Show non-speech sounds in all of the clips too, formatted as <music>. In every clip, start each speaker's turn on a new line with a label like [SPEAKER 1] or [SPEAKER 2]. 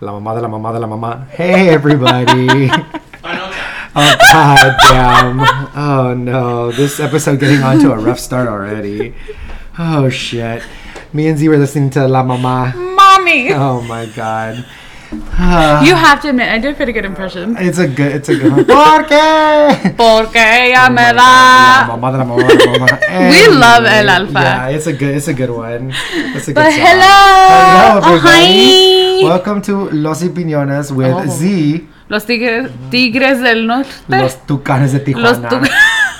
[SPEAKER 1] La mamá de la mamá de la mamá. Hey <laughs> everybody.
[SPEAKER 2] Finally.
[SPEAKER 1] oh god damn. Oh no. This episode getting onto a rough start already. Oh shit. Me and Z were listening to La Mama.
[SPEAKER 3] Mommy!
[SPEAKER 1] Oh my god. <sighs>
[SPEAKER 3] You have to admit, I did a pretty good impression.
[SPEAKER 1] It's a good it's a good one. Porque
[SPEAKER 3] Porque
[SPEAKER 1] Oh
[SPEAKER 3] ella me
[SPEAKER 1] La
[SPEAKER 3] da.
[SPEAKER 1] mamá de la mamá de la mamá.
[SPEAKER 3] We love El Alfa.
[SPEAKER 1] Yeah, it's a good it's a good one. It's a good
[SPEAKER 3] But
[SPEAKER 1] song.
[SPEAKER 3] hello! Oh,
[SPEAKER 1] Hello everybody.
[SPEAKER 3] hi!
[SPEAKER 1] Welcome to Los Opiniones with
[SPEAKER 3] Oh.
[SPEAKER 1] Z.
[SPEAKER 3] Los tigres, tigres del norte.
[SPEAKER 1] Los Tucanes de Tijuana.
[SPEAKER 3] Los Tuc-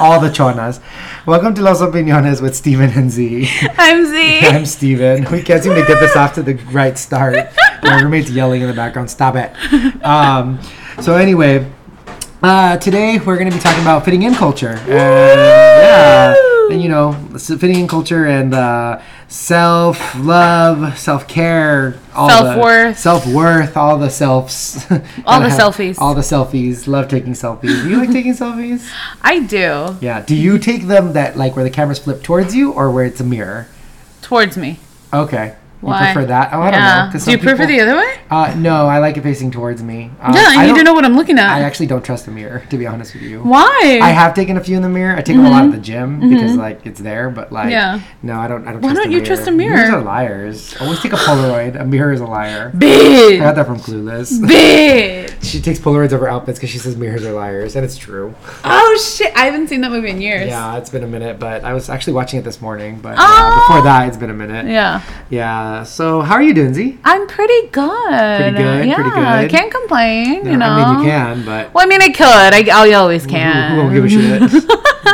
[SPEAKER 1] All the chonas. Welcome to Los Opiniones with Steven and Z.
[SPEAKER 3] I'm <laughs> Z.
[SPEAKER 1] <laughs> I'm Steven. We can't seem to get this off to the right start. My roommate's yelling in the background. Stop it. Um, so anyway, uh, today we're going to be talking about fitting in culture. And, yeah. And you know, s- fitting in culture and uh, self love, self care,
[SPEAKER 3] Self-worth.
[SPEAKER 1] self worth, all the selfs, <laughs>
[SPEAKER 3] All the
[SPEAKER 1] Gotta have-
[SPEAKER 3] selfies.
[SPEAKER 1] all the selfies. Love taking selfies. You like taking selfies?
[SPEAKER 3] I do.
[SPEAKER 1] Yeah. Do you take them that like where the camera's flipped towards you or where it's a mirror?
[SPEAKER 3] Towards me.
[SPEAKER 1] Okay.
[SPEAKER 3] Why?
[SPEAKER 1] You prefer that? Oh, I don't know.
[SPEAKER 3] yeah.
[SPEAKER 1] 'cause
[SPEAKER 3] Do you
[SPEAKER 1] some
[SPEAKER 3] prefer the
[SPEAKER 1] people-
[SPEAKER 3] other way?
[SPEAKER 1] Uh, no, I like it facing towards me. Uh,
[SPEAKER 3] yeah, I, need to
[SPEAKER 1] don't-
[SPEAKER 3] know what I'm looking at.
[SPEAKER 1] I actually don't trust the mirror, to be honest with you.
[SPEAKER 3] Why? Mm-hmm.
[SPEAKER 1] I have taken a few in the mirror. I take them a lot at the gym because like it's there, but like
[SPEAKER 3] Yeah.
[SPEAKER 1] no, I don't. I don't.
[SPEAKER 3] Why
[SPEAKER 1] trust
[SPEAKER 3] don't
[SPEAKER 1] the
[SPEAKER 3] you trust a
[SPEAKER 1] Mirrors
[SPEAKER 3] mirror?
[SPEAKER 1] are liars. Always take a Polaroid. A mirror is a liar. I got <laughs>
[SPEAKER 3] Bitch!
[SPEAKER 1] that from
[SPEAKER 3] Mm.
[SPEAKER 1] Clueless.
[SPEAKER 3] Bitch!
[SPEAKER 1] She takes Polaroids of her outfits because she says mirrors are liars, and it's true.
[SPEAKER 3] Oh shit, I haven't seen that movie in years.
[SPEAKER 1] Yeah, it's been a minute, but I was actually watching it this morning. But yeah,
[SPEAKER 3] Oh!
[SPEAKER 1] before that, it's been a minute.
[SPEAKER 3] Yeah.
[SPEAKER 1] Yeah. So how are you doing, Z?
[SPEAKER 3] I'm pretty good.
[SPEAKER 1] Pretty good,
[SPEAKER 3] Yeah.
[SPEAKER 1] pretty good.
[SPEAKER 3] Can't complain, you
[SPEAKER 1] No,
[SPEAKER 3] know.
[SPEAKER 1] I mean you can, but
[SPEAKER 3] Well, I mean, I could. I, I always can.
[SPEAKER 1] who won't give a
[SPEAKER 3] <laughs>
[SPEAKER 1] shit?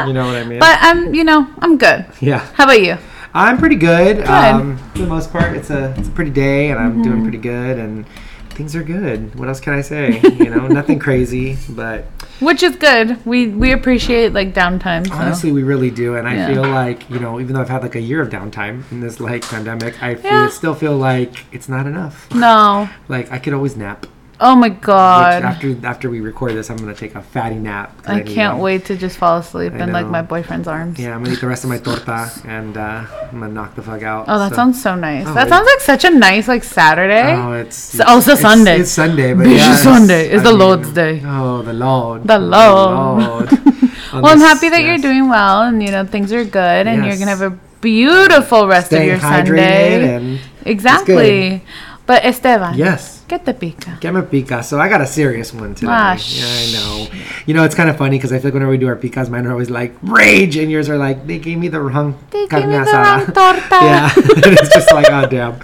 [SPEAKER 1] you know what I mean?
[SPEAKER 3] But um, you know, I'm good.
[SPEAKER 1] yeah,
[SPEAKER 3] How about you?
[SPEAKER 1] I'm pretty good. Um, for the most part, it's a it's a pretty day, and I'm
[SPEAKER 3] Mm-hmm.
[SPEAKER 1] doing pretty good, and things are good. What else can I
[SPEAKER 3] <laughs>
[SPEAKER 1] say? You know, nothing crazy, but
[SPEAKER 3] Which is good. We we appreciate like downtime. So.
[SPEAKER 1] honestly, we really do. And I
[SPEAKER 3] Yeah.
[SPEAKER 1] feel like you know, even though I've had like a year of downtime in this like pandemic, I feel,
[SPEAKER 3] Yeah.
[SPEAKER 1] still feel like it's not enough.
[SPEAKER 3] No.
[SPEAKER 1] Like I could always nap.
[SPEAKER 3] Oh my
[SPEAKER 1] Which
[SPEAKER 3] god.
[SPEAKER 1] after after we record this, I'm gonna take a fatty nap. 'cause
[SPEAKER 3] I
[SPEAKER 1] need
[SPEAKER 3] can't
[SPEAKER 1] one.
[SPEAKER 3] wait to just fall asleep
[SPEAKER 1] I
[SPEAKER 3] in like
[SPEAKER 1] know.
[SPEAKER 3] my boyfriend's arms.
[SPEAKER 1] Yeah, I'm gonna eat the rest of my torta and uh, I'm gonna knock the fuck out.
[SPEAKER 3] Oh, that
[SPEAKER 1] so-
[SPEAKER 3] sounds so nice.
[SPEAKER 1] Oh,
[SPEAKER 3] that
[SPEAKER 1] it-
[SPEAKER 3] sounds like such a nice like Saturday.
[SPEAKER 1] Oh, it's
[SPEAKER 3] oh, it's a Sunday.
[SPEAKER 1] It's Sunday, but
[SPEAKER 3] Bitch,
[SPEAKER 1] yeah,
[SPEAKER 3] it's Sunday. It's the Lord's day.
[SPEAKER 1] Oh, the Lord.
[SPEAKER 3] The Lord. <laughs>
[SPEAKER 1] Lord. On
[SPEAKER 3] well, I'm
[SPEAKER 1] this-
[SPEAKER 3] happy that
[SPEAKER 1] yes.
[SPEAKER 3] you're doing well, and you know things are good, and
[SPEAKER 1] Yes.
[SPEAKER 3] you're gonna have a beautiful rest
[SPEAKER 1] Staying
[SPEAKER 3] of your
[SPEAKER 1] hydrated
[SPEAKER 3] Sunday.
[SPEAKER 1] and
[SPEAKER 3] Exactly. But Esteban,
[SPEAKER 1] yes.
[SPEAKER 3] get the pica.
[SPEAKER 1] Get my pica. So I got a serious one today.
[SPEAKER 3] Ah,
[SPEAKER 1] yeah, I know. You know, it's kind of funny because I feel like whenever we do our picas, mine are always like rage, and yours are like they gave me the wrong
[SPEAKER 3] They
[SPEAKER 1] carne
[SPEAKER 3] gave me the
[SPEAKER 1] asada."
[SPEAKER 3] wrong torta.
[SPEAKER 1] <laughs> yeah, it's just like oh damn.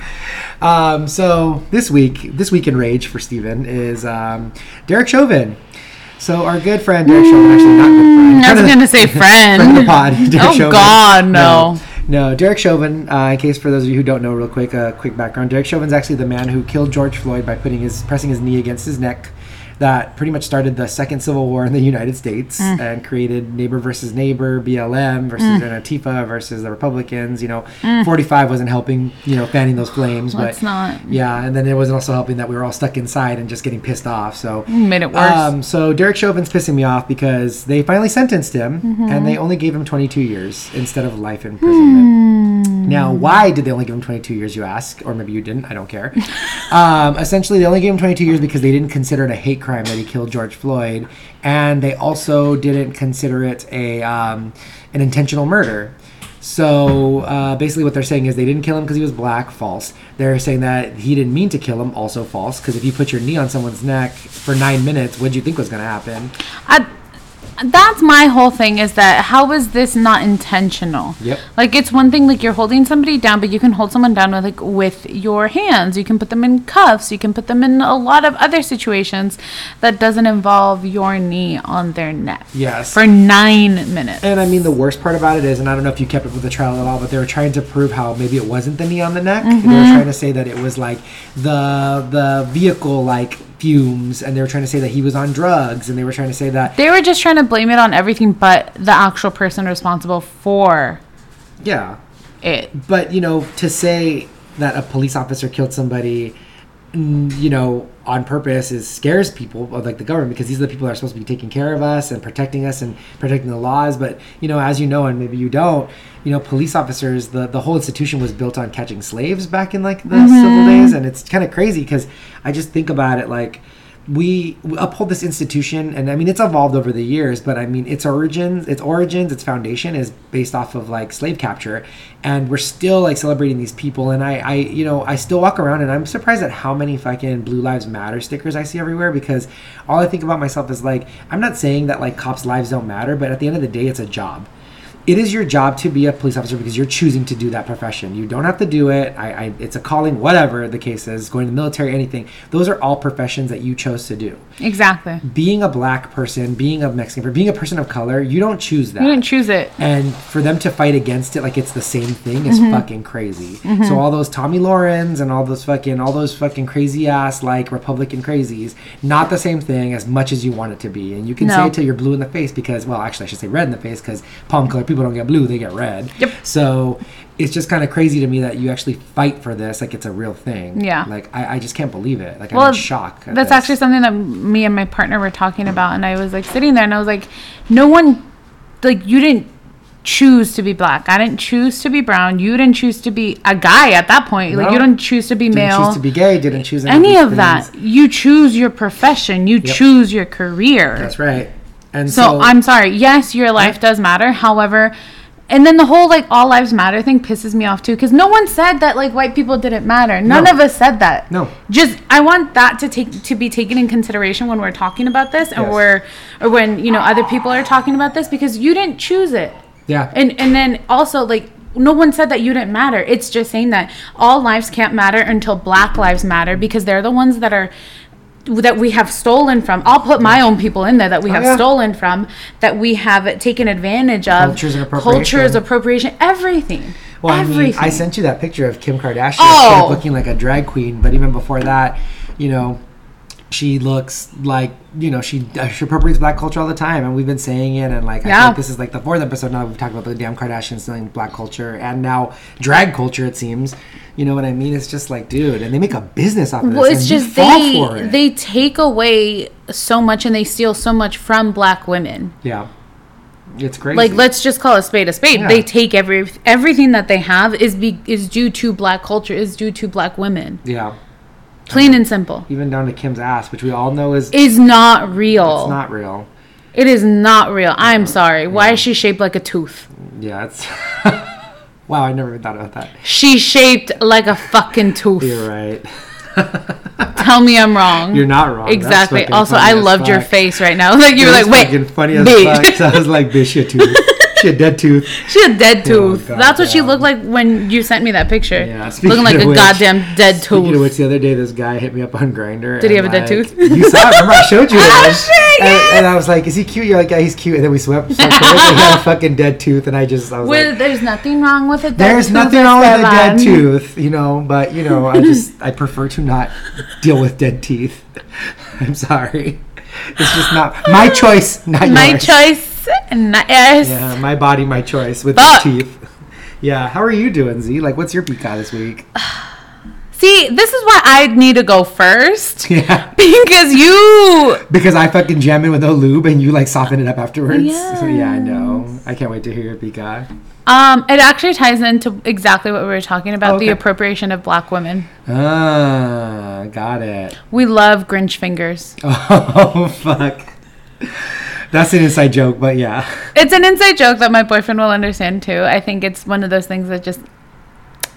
[SPEAKER 1] Um, so this week, this week in rage for Steven is um, Derek Chauvin. So our good friend Derek Chauvin, actually not good friend.
[SPEAKER 3] Mm, I was gonna say friend.
[SPEAKER 1] Friend of the pod. <laughs> Derek
[SPEAKER 3] Oh,
[SPEAKER 1] Chauvin.
[SPEAKER 3] God, no.
[SPEAKER 1] no. No, Derek Chauvin, uh, in case for those of you who don't know, real quick, uh, quick background. Derek Chauvin's actually the man who killed George Floyd by putting his pressing his knee against his neck. That pretty much started the second civil war in the <laughs> United States
[SPEAKER 3] Mm.
[SPEAKER 1] and created neighbor versus neighbor, BLM versus
[SPEAKER 3] Mm.
[SPEAKER 1] Antifa versus the Republicans. You know, 45 wasn't helping, you know, fanning those flames.
[SPEAKER 3] Well, it's
[SPEAKER 1] but
[SPEAKER 3] Mm. not.
[SPEAKER 1] Yeah, and then it wasn't also helping that we were all stuck inside and just getting pissed off. So
[SPEAKER 3] Made it worse.
[SPEAKER 1] Um, so Derek Chauvin's pissing me off because they finally sentenced him,
[SPEAKER 3] Mm-hmm.
[SPEAKER 1] and they only gave him 22 years instead of life
[SPEAKER 3] Hmm.
[SPEAKER 1] imprisonment. Now, why did they only give him 22 years? You ask, or maybe you didn't. I don't care. um, essentially, they only gave him 22 years because they didn't consider it a hate crime that he killed George Floyd, and they also didn't consider it a um, an intentional murder. So uh, basically, what they're saying is they didn't kill him because he was black. False. They're saying that he didn't mean to kill him. Also false. Because if you put your knee on someone's neck for nine minutes, what do you think was going to happen?
[SPEAKER 3] I, that's my whole thing is that how is this not intentional?
[SPEAKER 1] Yep.
[SPEAKER 3] Like it's one thing like you're holding somebody down, but you can hold someone down with like with your hands. You can put them in cuffs. You can put them in a lot of other situations that doesn't involve your knee on their neck.
[SPEAKER 1] Yes.
[SPEAKER 3] For nine minutes.
[SPEAKER 1] And I mean, the worst part about it is, and I don't know if you kept up with the trial at all, but they were trying to prove how maybe it wasn't the knee on the neck. They were trying to say that it was like the the vehicle like fumes, and they were trying to say that he was on drugs, and they were trying to say that
[SPEAKER 3] they were just trying to blame it on everything but the actual person responsible for
[SPEAKER 1] yeah,
[SPEAKER 3] it.
[SPEAKER 1] but you know to say that a police officer killed somebody mm, you know, on purpose is scares people of, like the government because these are the people that are supposed to be taking care of us and protecting us and protecting the laws. But you know, as you know, and maybe you don't, you know, police officers, the the whole institution was built on catching slaves back in like the civil days, and it's kind of crazy because I just think about it like we uphold this institution and i mean it's evolved over the years but i mean its origins its origins its foundation is based off of like slave capture and we're still like celebrating these people and i i you know i still walk around and i'm surprised at how many fucking blue lives matter stickers i see everywhere because all i think about myself is like i'm not saying that like cops lives don't matter but at the end of the day it's a job it is your job to be a police officer because you're choosing to do that profession. You don't have to do it. I, I, it's a calling, whatever the case is, going to the military, anything. Those are all professions that you chose to do.
[SPEAKER 3] Exactly.
[SPEAKER 1] Being a black person, being a Mexican person, being a person of color, you don't choose that.
[SPEAKER 3] You didn't choose it.
[SPEAKER 1] And for them to fight against it like it's the same thing is
[SPEAKER 3] Mm-hmm.
[SPEAKER 1] fucking crazy. So all those Tommy Laurens and all those fucking all those fucking crazy ass like Republican crazies, not the same thing as much as you want it to be. And you can say
[SPEAKER 3] No.
[SPEAKER 1] it till you're blue in the face because well, actually I should say red in the face because palm color people don't get blue, they get red.
[SPEAKER 3] Yep.
[SPEAKER 1] So it's just kind of crazy to me that you actually fight for this like it's a real thing.
[SPEAKER 3] Yeah.
[SPEAKER 1] Like I, I just can't believe it. Like
[SPEAKER 3] Well,
[SPEAKER 1] I'm in shock. at
[SPEAKER 3] That's
[SPEAKER 1] this.
[SPEAKER 3] actually something that me and my partner were talking about, and I was like sitting there, and I was like, "No one, like you didn't choose to be black. I didn't choose to be brown. You didn't choose to be a guy at that point. Like
[SPEAKER 1] No.
[SPEAKER 3] you didn't choose to be
[SPEAKER 1] didn't
[SPEAKER 3] male.
[SPEAKER 1] choose to be gay, didn't choose
[SPEAKER 3] any
[SPEAKER 1] these
[SPEAKER 3] of that.
[SPEAKER 1] things.
[SPEAKER 3] You choose your profession. You choose your career.
[SPEAKER 1] That's right. And
[SPEAKER 3] So, I'm sorry. Yes, your life does matter. However, and then the whole like all lives matter thing pisses me off too because no one said that like white people didn't matter. None
[SPEAKER 1] No.
[SPEAKER 3] of us said that.
[SPEAKER 1] No.
[SPEAKER 3] Just I want that to take to be taken in consideration when we're talking about this and
[SPEAKER 1] Yes.
[SPEAKER 3] we're or when you know other people are talking about this because you didn't choose it.
[SPEAKER 1] Yeah.
[SPEAKER 3] And and then also like no one said that you didn't matter. It's just saying that all lives can't matter until black lives matter because they're the ones that are that we have stolen from. I'll put my own people in there that we have
[SPEAKER 1] Oh, yeah.
[SPEAKER 3] stolen from, that we have taken advantage of.
[SPEAKER 1] Cultures and
[SPEAKER 3] Cultures,
[SPEAKER 1] appropriation.
[SPEAKER 3] appropriation, everything.
[SPEAKER 1] Well, I mean,
[SPEAKER 3] everything.
[SPEAKER 1] I sent you that picture of Kim Kardashian
[SPEAKER 3] Oh.
[SPEAKER 1] straight up looking like a drag queen, but even before that, you know, she looks like you know she uh, she appropriates black culture all the time, and we've been saying it, and like I
[SPEAKER 3] Yeah.
[SPEAKER 1] think this is like the fourth episode now that we've talked about the damn Kardashians selling black culture and now drag culture. It seems, you know what I mean? It's just like, dude, and they make a business off of
[SPEAKER 3] well,
[SPEAKER 1] this.
[SPEAKER 3] it's
[SPEAKER 1] and you
[SPEAKER 3] just
[SPEAKER 1] fall for
[SPEAKER 3] they
[SPEAKER 1] it.
[SPEAKER 3] they take away so much and they steal so much from black women.
[SPEAKER 1] yeah, it's crazy.
[SPEAKER 3] Like let's just call a spade a spade.
[SPEAKER 1] Yeah.
[SPEAKER 3] They take every everything that they have is be is due to black culture, is due to black women.
[SPEAKER 1] yeah,
[SPEAKER 3] Plain and simple.
[SPEAKER 1] even down to Kim's ass, which we all know is
[SPEAKER 3] Is not real.
[SPEAKER 1] it's not real.
[SPEAKER 3] It is not real. I'm sorry. Why is she shaped like a tooth?
[SPEAKER 1] Yeah, it's. <laughs> wow, I never even thought about that.
[SPEAKER 3] She shaped like a fucking tooth.
[SPEAKER 1] You're right.
[SPEAKER 3] Tell me I'm wrong.
[SPEAKER 1] You're not wrong. That's
[SPEAKER 3] Exactly.
[SPEAKER 1] fucking
[SPEAKER 3] Also,
[SPEAKER 1] funny
[SPEAKER 3] I
[SPEAKER 1] as
[SPEAKER 3] loved your
[SPEAKER 1] fuck.
[SPEAKER 3] face right now. <laughs> Like you were
[SPEAKER 1] It
[SPEAKER 3] like,
[SPEAKER 1] was
[SPEAKER 3] wait,
[SPEAKER 1] fucking funny as
[SPEAKER 3] <laughs> bitch.
[SPEAKER 1] fuck. So I was like, bitch, she a
[SPEAKER 3] <laughs>
[SPEAKER 1] tooth. she a dead tooth.
[SPEAKER 3] she had a dead
[SPEAKER 1] Oh,
[SPEAKER 3] tooth. That's what she
[SPEAKER 1] goddamn.
[SPEAKER 3] looked like when you sent me that picture.
[SPEAKER 1] Yeah,
[SPEAKER 3] looking
[SPEAKER 1] speaking
[SPEAKER 3] like
[SPEAKER 1] of
[SPEAKER 3] a
[SPEAKER 1] which-
[SPEAKER 3] goddamn dead
[SPEAKER 1] Speaking of
[SPEAKER 3] tooth.
[SPEAKER 1] which, the other day this guy hit me up on Grinder.
[SPEAKER 3] Did he have a dead tooth?
[SPEAKER 1] You saw it. Remember I showed you.
[SPEAKER 3] <laughs> Oh,
[SPEAKER 1] it.
[SPEAKER 3] shit,
[SPEAKER 1] And,
[SPEAKER 3] yes!
[SPEAKER 1] and I was like, "Is he cute?" You're like, "Yeah, he's cute." And then we swept. swept away, and he had a fucking dead tooth, and I just I was
[SPEAKER 3] Well,
[SPEAKER 1] like,
[SPEAKER 3] there's nothing wrong with it.
[SPEAKER 1] "There's nothing wrong with a dead tooth, you know." But you know, I
[SPEAKER 3] <laughs>
[SPEAKER 1] just I prefer to not deal with dead teeth. <laughs> I'm sorry. It's just not my choice, not
[SPEAKER 3] My
[SPEAKER 1] yours.
[SPEAKER 3] choice. Not, yes.
[SPEAKER 1] Yeah, my body, my choice with
[SPEAKER 3] Fuck.
[SPEAKER 1] the teeth. <laughs> Yeah, how are you doing, Z? Like, what's your pica this week? <laughs>
[SPEAKER 3] See, this is why I need to go first. <laughs>
[SPEAKER 1] Yeah,
[SPEAKER 3] Because you
[SPEAKER 1] because I fucking jam in with no lube and you like soften it up afterwards. <laughs> So, yeah, I know. I can't wait to hear your pica.
[SPEAKER 3] Um, it actually ties into exactly what we were talking about
[SPEAKER 1] Oh, okay.
[SPEAKER 3] the appropriation of black women.
[SPEAKER 1] Ah, got it. <laughs>
[SPEAKER 3] We love Grinch fingers.
[SPEAKER 1] Oh, fuck. That's an inside joke, but yeah.
[SPEAKER 3] It's an inside joke that my boyfriend will understand too. I think it's one of those things that just,